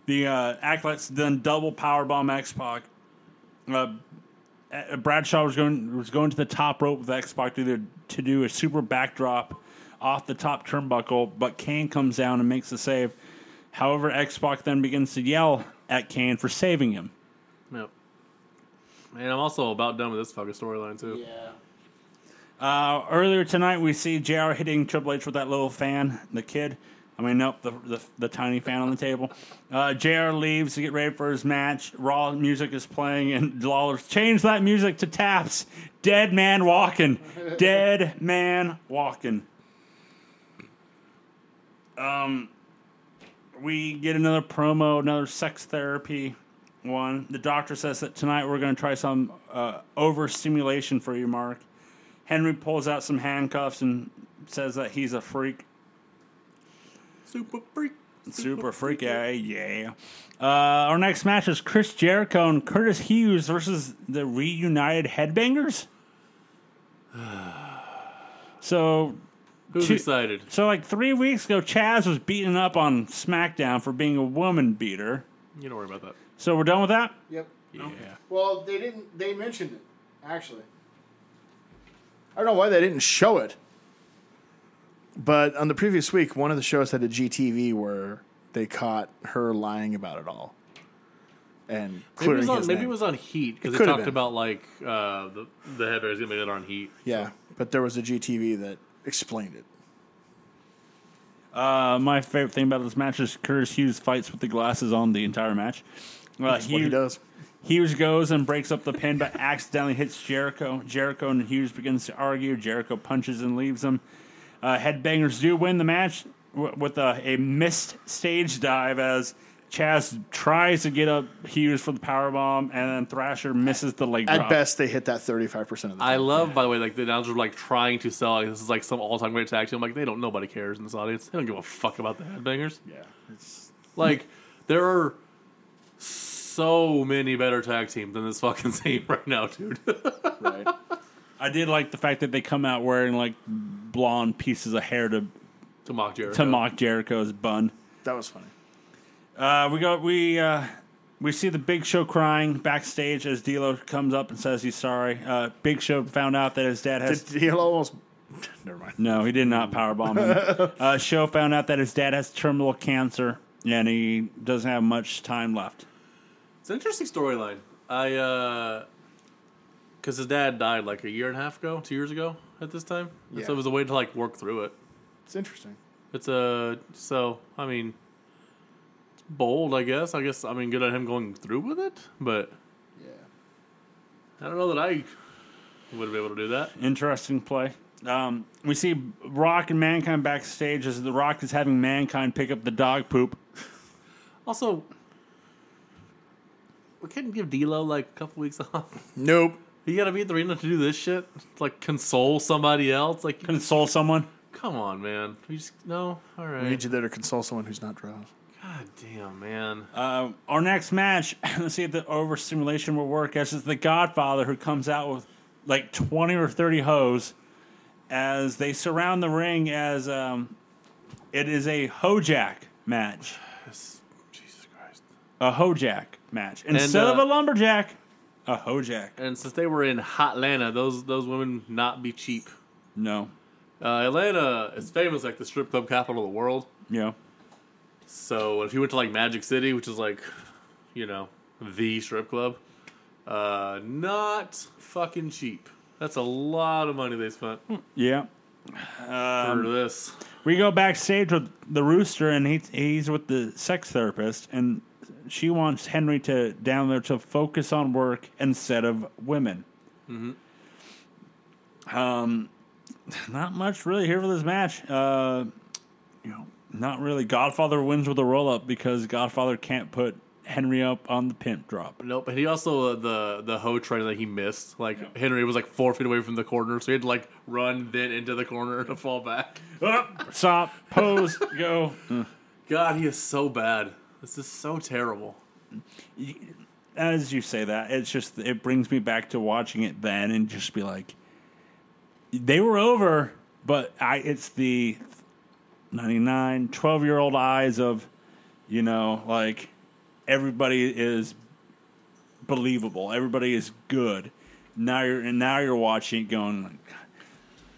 Speaker 1: The uh, acolytes then double powerbomb X Pac. Uh, uh, Bradshaw was going was going to the top rope with X Pac to, do- to do a super backdrop off the top turnbuckle, but Kane comes down and makes the save. However, X Pac then begins to yell at Kane for saving him.
Speaker 3: Yep. Man, I'm also about done with this fucking storyline too.
Speaker 1: Uh, earlier tonight, we see JR hitting Triple H with that little fan, the kid. I mean, nope, the, the, the tiny fan on the table. Uh, JR leaves to get ready for his match. Raw music is playing, and Lawler change that music to taps. Dead man walking. Dead man walking. Um, we get another promo, another sex therapy one. The doctor says that tonight we're going to try some uh, overstimulation for you, Mark. Henry pulls out some handcuffs and says that he's a freak,
Speaker 3: Super freak.
Speaker 1: super freak. Yeah, yeah. Uh, our next match is Chris Jericho and Curtis Hughes versus the reunited Headbangers. So,
Speaker 3: Who's
Speaker 1: Two-
Speaker 3: excited?
Speaker 1: so like three weeks ago, Chaz was beaten up on SmackDown for being a woman beater.
Speaker 3: You don't worry about that.
Speaker 1: So we're done with that.
Speaker 4: Yep.
Speaker 3: Yeah.
Speaker 4: Well, they didn't. They mentioned it actually.
Speaker 2: I don't know why they didn't show it. But on the previous week, one of the shows had a GTV where they caught her lying about it all. And
Speaker 3: Maybe it
Speaker 2: clearing
Speaker 3: was on,
Speaker 2: his
Speaker 3: maybe
Speaker 2: name.
Speaker 3: it was on Heat because
Speaker 2: It
Speaker 3: they
Speaker 2: could've
Speaker 3: talked
Speaker 2: been.
Speaker 3: about like uh, the the headbangers gonna be done on Heat.
Speaker 2: Yeah, but there was a GTV that explained it.
Speaker 1: Uh, my favorite thing about this match is Curtis Hughes fights with the glasses on the entire match. Uh,
Speaker 2: what he
Speaker 1: Hugh-
Speaker 2: does.
Speaker 1: Hughes goes and breaks up the pin, but accidentally hits Jericho. Jericho and Hughes begins to argue. Jericho punches and leaves him. Uh, headbangers do win the match w- with a, a missed stage dive as Chaz tries to get up Hughes for the powerbomb, and then Thrasher misses the leg drop.
Speaker 2: At best, they hit that 35% of the time.
Speaker 3: I love, by the way, like the announcers were like trying to sell like, this is like some all time great tag team. Like they don't nobody cares in this audience. They don't give a fuck about the headbangers.
Speaker 2: yeah. It's,
Speaker 3: Like there are so many better tag teams than this fucking team right now, dude.
Speaker 2: right.
Speaker 1: I did like the fact that they come out wearing like blonde pieces of hair to,
Speaker 3: to mock Jericho.
Speaker 1: to mock Jericho's bun.
Speaker 2: that was funny.
Speaker 1: Uh, we got we uh, we see the Big Show crying backstage as D'Lo comes up and says he's sorry. Uh, Big Show found out that his dad has
Speaker 2: Did he almost. Never mind.
Speaker 1: no, he did not powerbomb him. uh, Show found out that his dad has terminal cancer and he doesn't have much time left.
Speaker 3: It's an interesting storyline. I, uh, because his dad died like a year and a half ago, two years ago at this time. And So
Speaker 2: Yeah.
Speaker 3: it was a way to like work through it.
Speaker 2: It's interesting.
Speaker 3: It's a, so, I mean, it's bold, I guess. I guess, I mean, good on him going through with it, but
Speaker 4: Yeah.
Speaker 3: I don't know that I would be able to do that.
Speaker 1: Interesting play. Um, we see Rock and Mankind backstage as the Rock is having Mankind pick up the dog poop.
Speaker 3: Also, we couldn't give D'Lo like a couple weeks off.
Speaker 2: Nope.
Speaker 3: You gotta be at the arena to do this shit. Like console somebody else. Like,
Speaker 1: Console someone.
Speaker 3: come on, man. You just no. All right.
Speaker 2: We need you there to console someone who's not drowsy.
Speaker 3: God damn, man.
Speaker 1: Uh, our next match, let's see if the overstimulation will work. As is the Godfather who comes out with like twenty or thirty hoes as they surround the ring. As um, it is a hojack match,
Speaker 3: Jesus Christ.
Speaker 1: a hojack match instead
Speaker 3: uh,
Speaker 1: of a lumberjack, a hojack.
Speaker 3: And since they were in hot Atlanta, those those women not be cheap.
Speaker 1: No,
Speaker 3: Uh, Atlanta is famous like the strip club capital of the world.
Speaker 1: yeah,
Speaker 3: So if you went to like Magic City, which is like, you know, the strip club, uh, not fucking cheap. That's a lot of money they spent
Speaker 1: yeah.
Speaker 3: for this.
Speaker 1: We go backstage with the rooster, and he, he's with the sex therapist, and she wants Henry to down there to focus on work instead of women. Um, not much really here for this match. Uh, you know, not really. Godfather wins with a roll up because Godfather can't put Henry up on the pimp drop.
Speaker 3: Nope. And he also uh, the the hoe train that he missed. Like Henry was like four feet away from the corner, so he had to like run then into the corner to fall back.
Speaker 1: Up, stop, pose, go.
Speaker 3: God, he is so bad. This is so terrible.
Speaker 1: as you say that, it's just it brings me back to watching it then and just be like, they were over, but I it's the 99, 12 year old eyes of, you know, like everybody is believable, everybody is good. Now you're and now you're watching it going, like,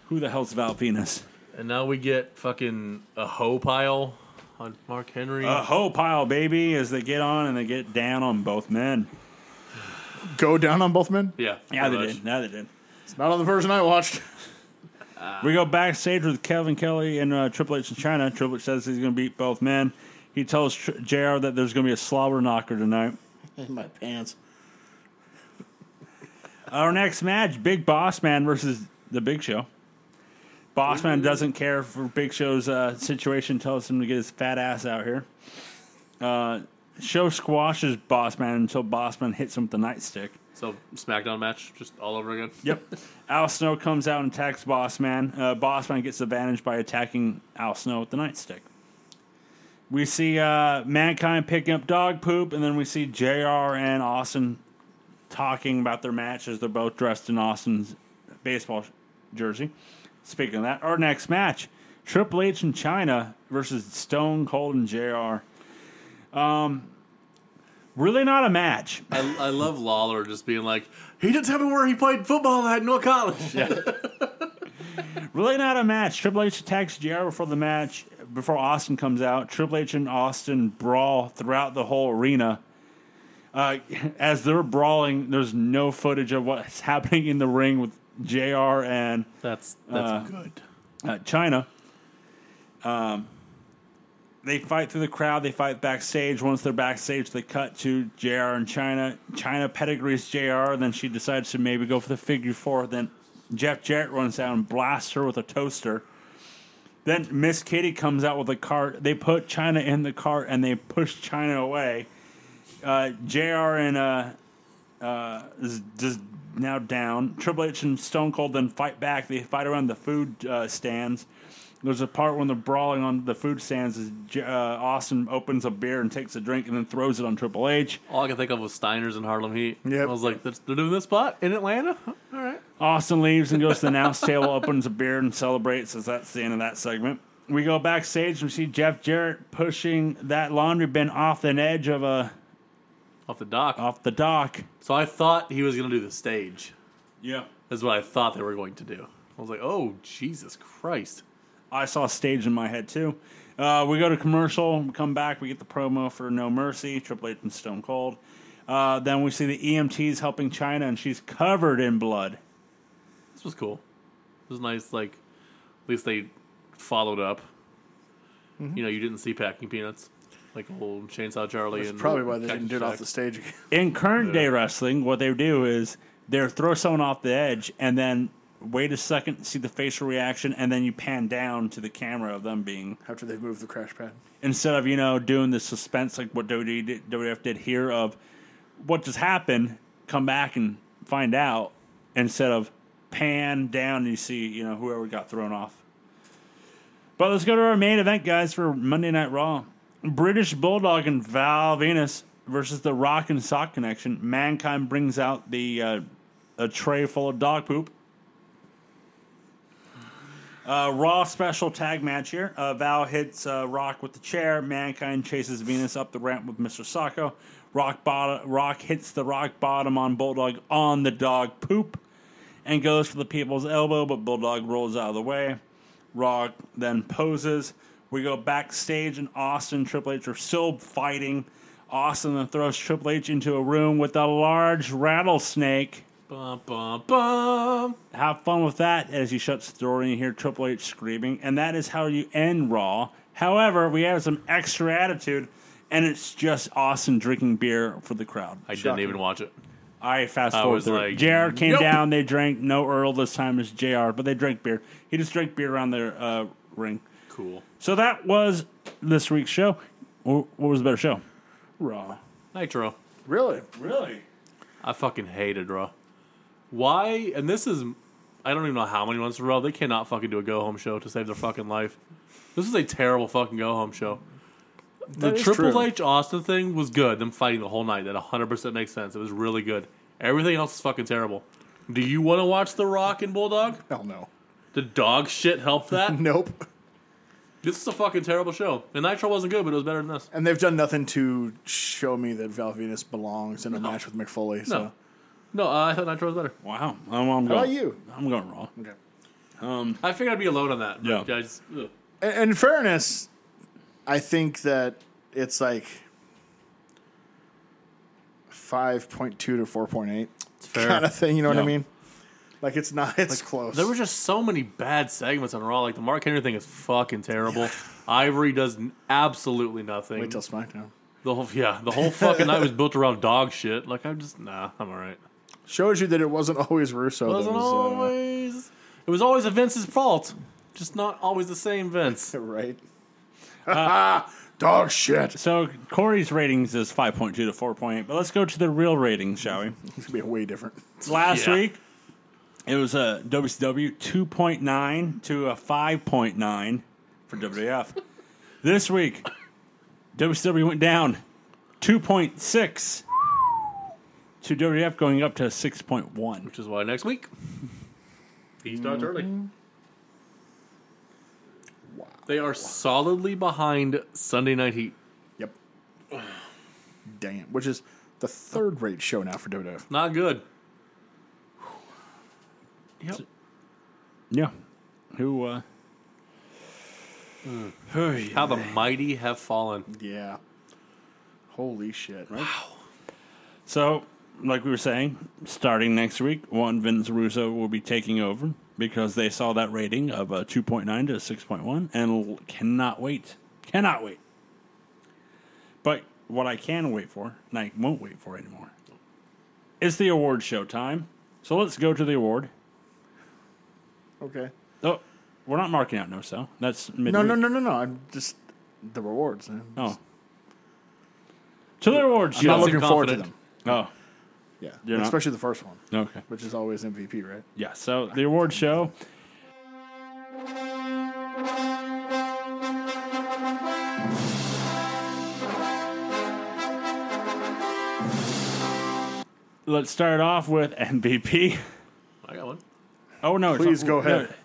Speaker 1: who the hell's Val Venus?
Speaker 3: And now we get fucking a hoe pile on Mark Henry.
Speaker 1: A hoe pile, baby, as they get on and they get down on both men.
Speaker 2: Go down on both men?
Speaker 3: yeah.
Speaker 1: Yeah,
Speaker 3: pretty
Speaker 1: they
Speaker 3: much.
Speaker 1: did. Now they did.
Speaker 2: It's not on the version I watched.
Speaker 1: We go backstage with Kevin Kelly and uh, Triple H in China. Triple H says he's going to beat both men. He tells Tr- JR that there's going to be a slobber knocker tonight.
Speaker 2: In my pants.
Speaker 1: Our next match Big Boss Man versus The Big Show. Boss Man doesn't care for Big Show's uh, situation, tells him to get his fat ass out here. Uh, Show squashes Boss Man until Boss Man hits him with the nightstick.
Speaker 3: So SmackDown match just all over again.
Speaker 1: Yep. Al Snow comes out and attacks Boss Man. Uh, Boss Man gets advantage by attacking Al Snow with the nightstick. We see uh, Mankind picking up dog poop, and then we see JR and Austin talking about their matches. They're both dressed in Austin's baseball sh- jersey. Speaking of that, our next match Triple H and China versus Stone Cold and JR. Um, really not a match.
Speaker 3: I, I love Lawler just being like, he didn't tell me where he played football at no college.
Speaker 1: Really not a match. Triple H attacks JR before the match, before Austin comes out. Triple H and Austin brawl throughout the whole arena. Uh, as they're brawling, there's no footage of what's happening in the ring with JR and
Speaker 2: Uh,
Speaker 3: That's that's good.
Speaker 1: uh, China. Um, they fight through the crowd. They fight backstage. Once they're backstage, they cut to Jr. and China. China pedigrees Jr. and Then she decides to maybe go for the figure four. Then Jeff Jarrett runs down and blasts her with a toaster. Then Miss Kitty comes out with a cart. They put China in the cart and they push China away. Uh, Jr. and uh, is just now down. Triple H and Stone Cold then fight back. They fight around the food uh, stands. There's a part when they're brawling on the food stands. Is J- uh, Austin opens a beer and takes a drink and then throws it on Triple H.
Speaker 3: All I could think of was Steiner's in Harlem Heat.
Speaker 2: Yep.
Speaker 3: I was like, "That's- they're doing this spot in Atlanta? All right.
Speaker 1: Austin leaves and goes to the announce table, opens a beer and celebrates. As that's the end of that segment. We go backstage and we see Jeff Jarrett pushing that laundry bin off an edge of a
Speaker 3: Off the dock.
Speaker 2: Uh.
Speaker 1: off the dock.
Speaker 3: So I thought he was going to do the stage.
Speaker 1: Yeah.
Speaker 3: That's what I thought they were going to do. I was like, oh, Jesus Christ.
Speaker 1: I saw stage in my head too. Uh, we go to commercial, we come back, we get the promo for No Mercy, Triple H and Stone Cold. Uh, then we see the EMTs helping China, and she's covered in blood.
Speaker 3: This was cool. It was nice, like, at least they followed up.
Speaker 2: Mm-hmm.
Speaker 3: You know, you didn't see Packing Peanuts, like old Chainsaw Charlie.
Speaker 2: That's
Speaker 3: and
Speaker 2: probably why they didn't
Speaker 3: Cactus
Speaker 2: do it off
Speaker 3: Jack.
Speaker 2: the stage again.
Speaker 1: In current day wrestling, what they do is they throw someone off the edge, and then wait a second, see the facial reaction, and then you pan down to the camera of them being
Speaker 2: after they've moved the crash pad.
Speaker 1: instead of you know doing the suspense like what WWE did, WWF did here of what just happened, come back and find out instead of pan down and you see you know whoever got thrown off. But let's go to our main event, guys, for Monday Night Raw: British Bulldog and Val Venus versus the Rock and Sock Connection. Mankind brings out the uh, a tray full of dog poop. Uh, Raw special tag match here. Uh, Val hits uh, Rock with the chair. Mankind chases Venus up the ramp with Mr. Sacco. Rock, bottom, Rock hits the rock bottom on Bulldog on the dog poop and goes for the people's elbow, but Bulldog rolls out of the way. Rock then poses. We go backstage, and Austin and Triple H are still fighting. Austin then throws Triple H into a room with a large rattlesnake.
Speaker 3: Bum, bum, bum.
Speaker 1: Have fun with that as he shuts the door and you hear Triple H screaming. And that is how you end Raw. However, we have some extra attitude, and it's just Austin drinking beer for the crowd.
Speaker 3: I
Speaker 2: Shocking.
Speaker 3: didn't even watch it.
Speaker 1: I fast
Speaker 3: I
Speaker 1: forward
Speaker 3: was
Speaker 1: through.
Speaker 3: like,
Speaker 1: it. JR came
Speaker 3: nope.
Speaker 1: down, they drank. No Earl this time is JR, but they drank beer. He just drank beer around their uh, ring.
Speaker 3: Cool.
Speaker 1: So that was this week's show. Wh- What was a better show?
Speaker 2: Raw.
Speaker 3: Nitro.
Speaker 2: Really?
Speaker 1: Really?
Speaker 3: I fucking hated Raw. Why? And this is, I don't even know how many months in a row they cannot fucking do a go home show to save their fucking life. This is a terrible fucking go home show. The
Speaker 2: That is
Speaker 3: Triple
Speaker 2: true.
Speaker 3: H Austin thing was good. Them fighting the whole night that 100 percent makes sense. It was really good. Everything else is fucking terrible. Do you want to watch The Rock and Bulldog?
Speaker 2: Hell no.
Speaker 3: Did dog shit help that?
Speaker 2: Nope.
Speaker 3: this is a fucking terrible show. And Nitro wasn't good, but it was better than this.
Speaker 2: And they've done nothing to show me that Val Venus belongs in a match with McFoley. So.
Speaker 3: No, no, uh, I thought Nitro was better.
Speaker 1: Wow. I'm, I'm
Speaker 2: How
Speaker 1: going,
Speaker 2: about you?
Speaker 1: I'm going Raw.
Speaker 2: Okay.
Speaker 3: I figured I'd be alone on that. but
Speaker 1: Yeah.
Speaker 3: I just, ugh.
Speaker 2: And, and in fairness, I think that it's like 5.2 to 4.8
Speaker 3: it's fair.
Speaker 2: kind of thing. You know what I
Speaker 1: Yeah.
Speaker 2: mean? Like it's not, it's close.
Speaker 3: There were just so many bad segments on Raw. Like the Mark Henry thing is fucking terrible. Ivory does n- absolutely nothing.
Speaker 2: Wait till SmackDown.
Speaker 3: the whole yeah, the whole fucking night was built around dog shit. Like I'm just nah, I'm all right.
Speaker 2: Shows you that it wasn't always Russo. that
Speaker 3: Wasn't
Speaker 2: was, uh,
Speaker 3: always. It was always a Vince's fault. Just not always the same Vince.
Speaker 2: right.
Speaker 3: Ah.
Speaker 2: Dog shit.
Speaker 1: So Corey's ratings is 5.2 to 4.8, but let's go to the real ratings, shall we?
Speaker 2: It's going to be way different.
Speaker 1: last
Speaker 3: Yeah.
Speaker 1: week it was a WCW 2.9 to a 5.9 for WWF. this week WCW went down 2.6 to WWF going up to 6.1.
Speaker 3: Which is why next week he starts early. They are solidly behind Sunday Night Heat.
Speaker 2: Yep. Dang it. Which is the third rate show now for WWF.
Speaker 3: Not good. Yep.
Speaker 1: Yeah. Who uh oh, yeah.
Speaker 3: How the mighty have fallen.
Speaker 2: Yeah. Holy shit.
Speaker 3: Ah.
Speaker 1: So, like we were saying, starting next week, one Vince Russo will be taking over because they uh, saw that rating of a 2.9 to a 6.1 and l- cannot wait. Cannot wait. But what I can wait for, and I won't wait for anymore, is the award show time. So let's go to the award.
Speaker 2: Okay.
Speaker 1: Oh, we're not marking out no so. That's midweek.
Speaker 2: No, no, no, no, no. I'm just the rewards. man.
Speaker 1: Oh. To the award show.
Speaker 2: Not
Speaker 3: Not
Speaker 2: looking forward to them.
Speaker 3: confident.
Speaker 1: oh,
Speaker 2: Yeah,
Speaker 1: You're not-
Speaker 2: especially the first one,
Speaker 1: okay.
Speaker 2: which is always MVP, right?
Speaker 1: Yeah, so the award show. Let's start off with MVP.
Speaker 3: I got one.
Speaker 1: Oh no! it's
Speaker 2: Please
Speaker 1: not-
Speaker 2: go ahead.
Speaker 1: no.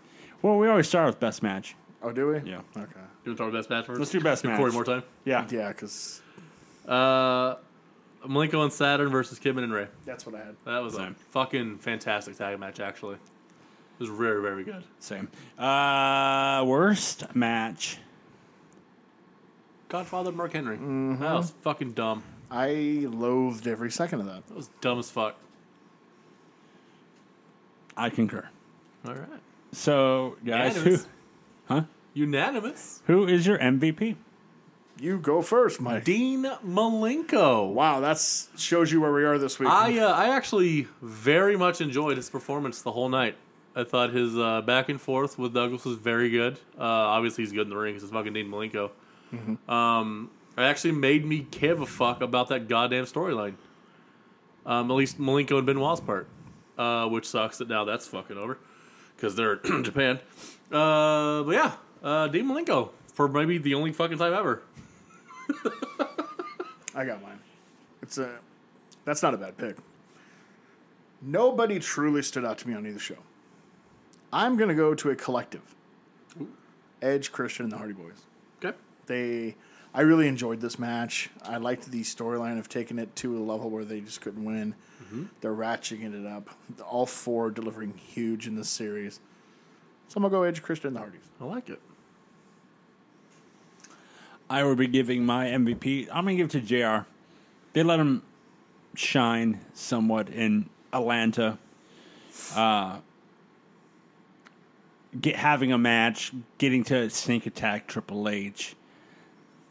Speaker 1: Well, we always start with best match.
Speaker 2: Oh, do we?
Speaker 1: Yeah.
Speaker 2: Okay.
Speaker 3: You want to talk about best match first?
Speaker 1: Let's do best
Speaker 3: Give
Speaker 1: match.
Speaker 3: Corey more time.
Speaker 1: Yeah.
Speaker 2: Yeah, because
Speaker 3: Uh, Malenko and Saturn versus Kidman and Ray.
Speaker 2: that's what I had.
Speaker 3: That was
Speaker 1: Same.
Speaker 3: a fucking fantastic tag match, actually. It was very, very good.
Speaker 1: Same. Uh, worst match.
Speaker 3: Godfather Mark Henry.
Speaker 1: Mm-hmm.
Speaker 3: That was fucking dumb.
Speaker 2: I loathed every second of that.
Speaker 3: That was dumb as fuck.
Speaker 1: I concur.
Speaker 3: All right.
Speaker 1: So guys, who
Speaker 3: Unanimous. Huh? Unanimous.
Speaker 1: who is your MVP?
Speaker 2: You go first, Mike.
Speaker 3: Dean Malenko.
Speaker 2: wow, that's shows you where we are this week.
Speaker 3: I uh, I actually very much enjoyed his performance the whole night. I thought his uh, back and forth with Douglas was very good. Uh, obviously, he's good in the ring. 'cause He's fucking Dean Malenko. Um, it actually made me give a fuck about that goddamn storyline. Um, at least Malenko and Benoit's part, uh, which sucks that now that's fucking over because they're in Japan. Uh, but yeah, uh, Dean Malenko for maybe the only fucking time ever.
Speaker 2: I got mine. It's a that's not a bad pick. Nobody truly stood out to me on either show. I'm gonna go to a collective. Edge, Christian, and the Hardy Boys.
Speaker 3: Okay.
Speaker 2: They I really enjoyed this match. I liked the storyline of taking it to a level where they just couldn't win. They're ratcheting it up. All four delivering huge in this series. So I'm gonna go Edge, Christian, and the Hardys.
Speaker 3: I like it.
Speaker 1: I would be giving my MVP. I'm gonna give it to Jr. They let him shine somewhat in Atlanta. Uh, get having a match, getting to sneak attack Triple H.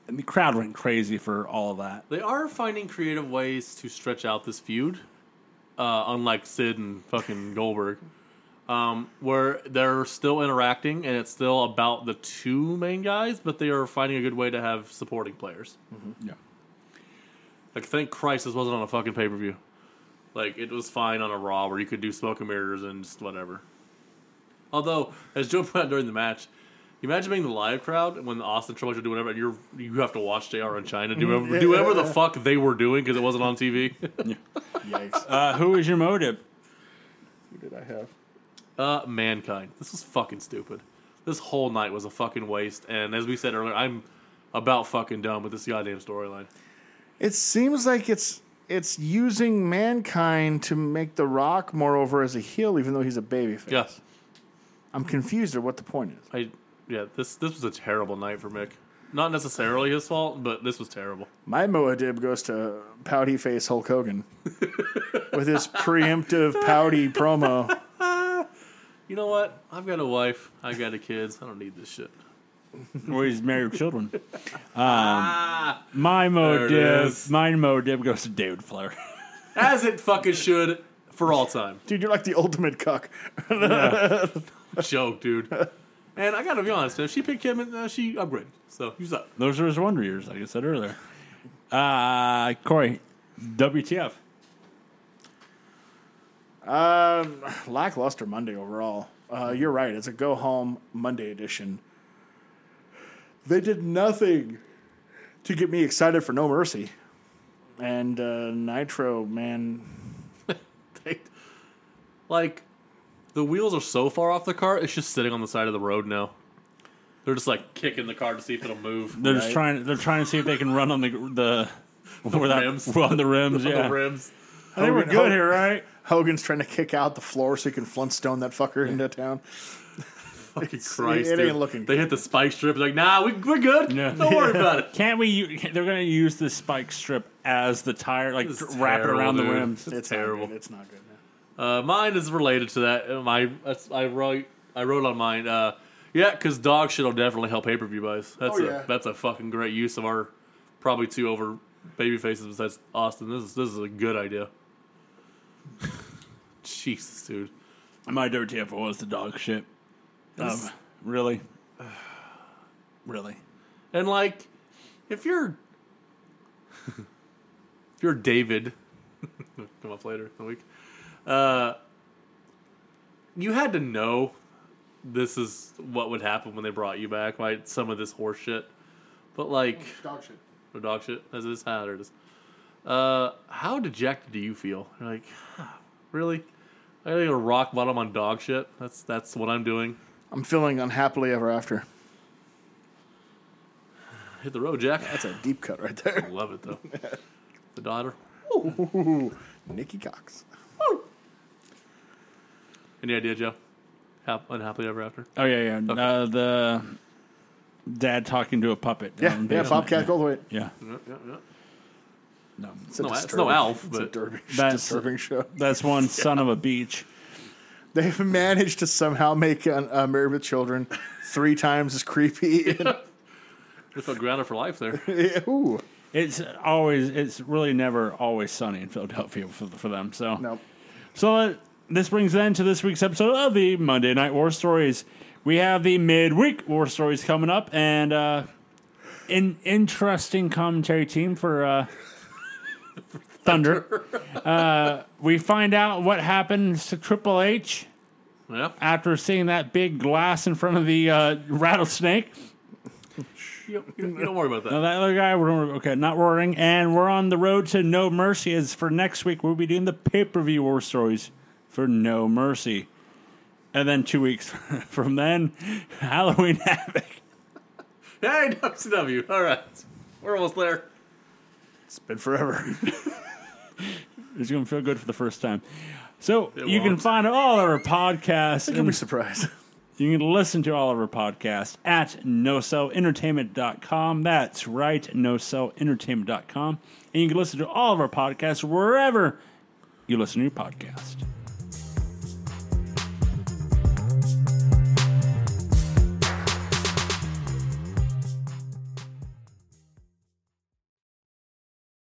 Speaker 1: And the crowd went crazy for all of that.
Speaker 3: They are finding creative ways to stretch out this feud, uh, unlike Sid and fucking Goldberg, um, where they're still interacting and it's still about the two main guys, but they are finding a good way to have supporting players.
Speaker 1: Yeah.
Speaker 3: Like, thank Christ this wasn't on a fucking pay per view. Like, it was fine on a Raw where you could do smoke and mirrors and just whatever. Although, as Joe put out during the match, you imagine being the live crowd when Austin Triple H would do whatever, and you're you have to watch JR in China do whatever, do whatever the fuck they were doing because it wasn't on TV.
Speaker 2: Yikes.
Speaker 1: Uh, who is your motive?
Speaker 2: Who did I have?
Speaker 3: Uh, mankind. This was fucking stupid. This whole night was a fucking waste. And as we said earlier, I'm about fucking done with this goddamn storyline.
Speaker 2: It seems like it's it's using mankind to make The Rock, moreover, as a heel, even though he's a babyface.
Speaker 3: Yeah,
Speaker 2: I'm confused at what the point is.
Speaker 3: I yeah. This this was a terrible night for Mick. Not necessarily his fault, but this was terrible.
Speaker 2: My Moadib goes to pouty face Hulk Hogan with his preemptive pouty promo.
Speaker 3: You know what? I've got a wife. I got a kids. I don't need this shit.
Speaker 1: Well, he's married with children. Um, my motive,
Speaker 3: is.
Speaker 1: my motive goes to David Flair.
Speaker 3: As it fucking should for all time.
Speaker 2: Dude, you're like the ultimate cuck.
Speaker 3: Joke, dude. And I gotta be honest, man. If she picked him, and uh, she upgraded. So he's up.
Speaker 1: Those are his wonder years, like I said earlier. Uh, Corey, WTF.
Speaker 2: Um, lackluster Monday overall. Uh, you're right. It's a go home Monday edition. They did nothing to get me excited for No Mercy. And uh, Nitro, man,
Speaker 3: They- like the wheels are so far off the car, it's just sitting on the side of the road now. They're just like kicking the car to see if it'll move.
Speaker 1: They're just
Speaker 2: Right.
Speaker 1: trying. They're trying to see if they can run on the the, without-
Speaker 3: rims.
Speaker 1: on the rims.
Speaker 3: On
Speaker 1: yeah,
Speaker 3: the rims.
Speaker 1: they were
Speaker 2: Hogan-
Speaker 1: good here, right?
Speaker 2: Hogan's trying to kick out the floor so he can Flintstone that fucker into town.
Speaker 3: Fucking Christ,
Speaker 2: it ain't
Speaker 3: dude.
Speaker 2: looking
Speaker 3: They hit the spike strip. Like, nah, we, we're good.
Speaker 1: Yeah.
Speaker 3: Don't worry about it.
Speaker 1: Can't we? u- They're going to use the spike strip as the tire, like
Speaker 3: This is
Speaker 1: wrap it around the
Speaker 3: terrible, dude.
Speaker 1: rims.
Speaker 2: It's
Speaker 3: terrible.
Speaker 2: Not good. It's not good. man.
Speaker 3: Uh, mine is related to that. Uh, My that's- I wrote I wrote on mine. Uh, yeah, because dog shit will definitely help pay per view buys. That's
Speaker 4: Oh,
Speaker 3: a
Speaker 4: yeah.
Speaker 3: that's a fucking great use of our probably two over baby faces besides Austin. This is this is a good idea. Jesus, dude.
Speaker 1: My dirty effort was the dog shit. Um, really? Really?
Speaker 3: And like, if you're if you're David, come up later in the week. Uh, you had to know this is what would happen when they brought you back, right? Some of this horse shit, but like
Speaker 4: Dog shit.
Speaker 3: or dog shit as it is. Ah, there it is. Uh, how dejected do you feel? You're like, really? I gotta go rock bottom on dog shit. That's that's what I'm doing.
Speaker 2: I'm feeling unhappily ever after.
Speaker 3: Hit the road, Jack.
Speaker 2: That's a deep cut right there.
Speaker 3: Love it though. the daughter.
Speaker 2: Nikki Cox.
Speaker 3: Any idea, Joe? Hap- unhappily ever after.
Speaker 1: Oh yeah, yeah. Uh, the dad talking to a puppet.
Speaker 2: Yeah,
Speaker 1: down in the
Speaker 2: Um, yeah,
Speaker 1: basement.
Speaker 2: Bobcat Goldthwait.
Speaker 1: Yeah,
Speaker 3: Yeah, yeah, yeah.
Speaker 1: no.
Speaker 2: It's, a
Speaker 3: No, it's
Speaker 2: disturbing-
Speaker 3: no Alf,
Speaker 2: It's a
Speaker 3: but-
Speaker 2: derby,
Speaker 1: That's-
Speaker 2: disturbing show.
Speaker 1: That's one son of a beach.
Speaker 2: They've managed to somehow make uh, uh, Married with Children three times as creepy. And,
Speaker 3: We felt grounded for life there.
Speaker 2: ooh.
Speaker 1: It's always, it's really never always sunny in Philadelphia for, for them. So,
Speaker 2: Nope.
Speaker 1: so uh, this brings an end to this week's episode of the Monday Night War Stories. We have the midweek war stories coming up, and uh, an interesting commentary team for uh, Thunder. Uh, we find out what happens to Triple H
Speaker 3: Yeah.
Speaker 1: after seeing that big glass in front of the uh, rattlesnake.
Speaker 3: You, you- you don't worry about that.
Speaker 1: Now that other guy, we're okay, not roaring, and we're on the road to No Mercy. As for next week, we'll be doing the pay per view war stories for No Mercy, and then two weeks from then, Halloween Havoc.
Speaker 3: Hey, WCW. All right. We're almost there.
Speaker 2: It's been forever.
Speaker 1: It's gonna feel good for the first time. So
Speaker 3: It
Speaker 1: you can
Speaker 3: won't.
Speaker 1: find all of our podcasts.
Speaker 2: You'll be
Speaker 1: and
Speaker 2: surprised.
Speaker 1: You can listen to all of our podcasts at nocellentertainment.com. That's right, nocellentertainment.com. And you can listen to all of our podcasts wherever you listen to your podcasts.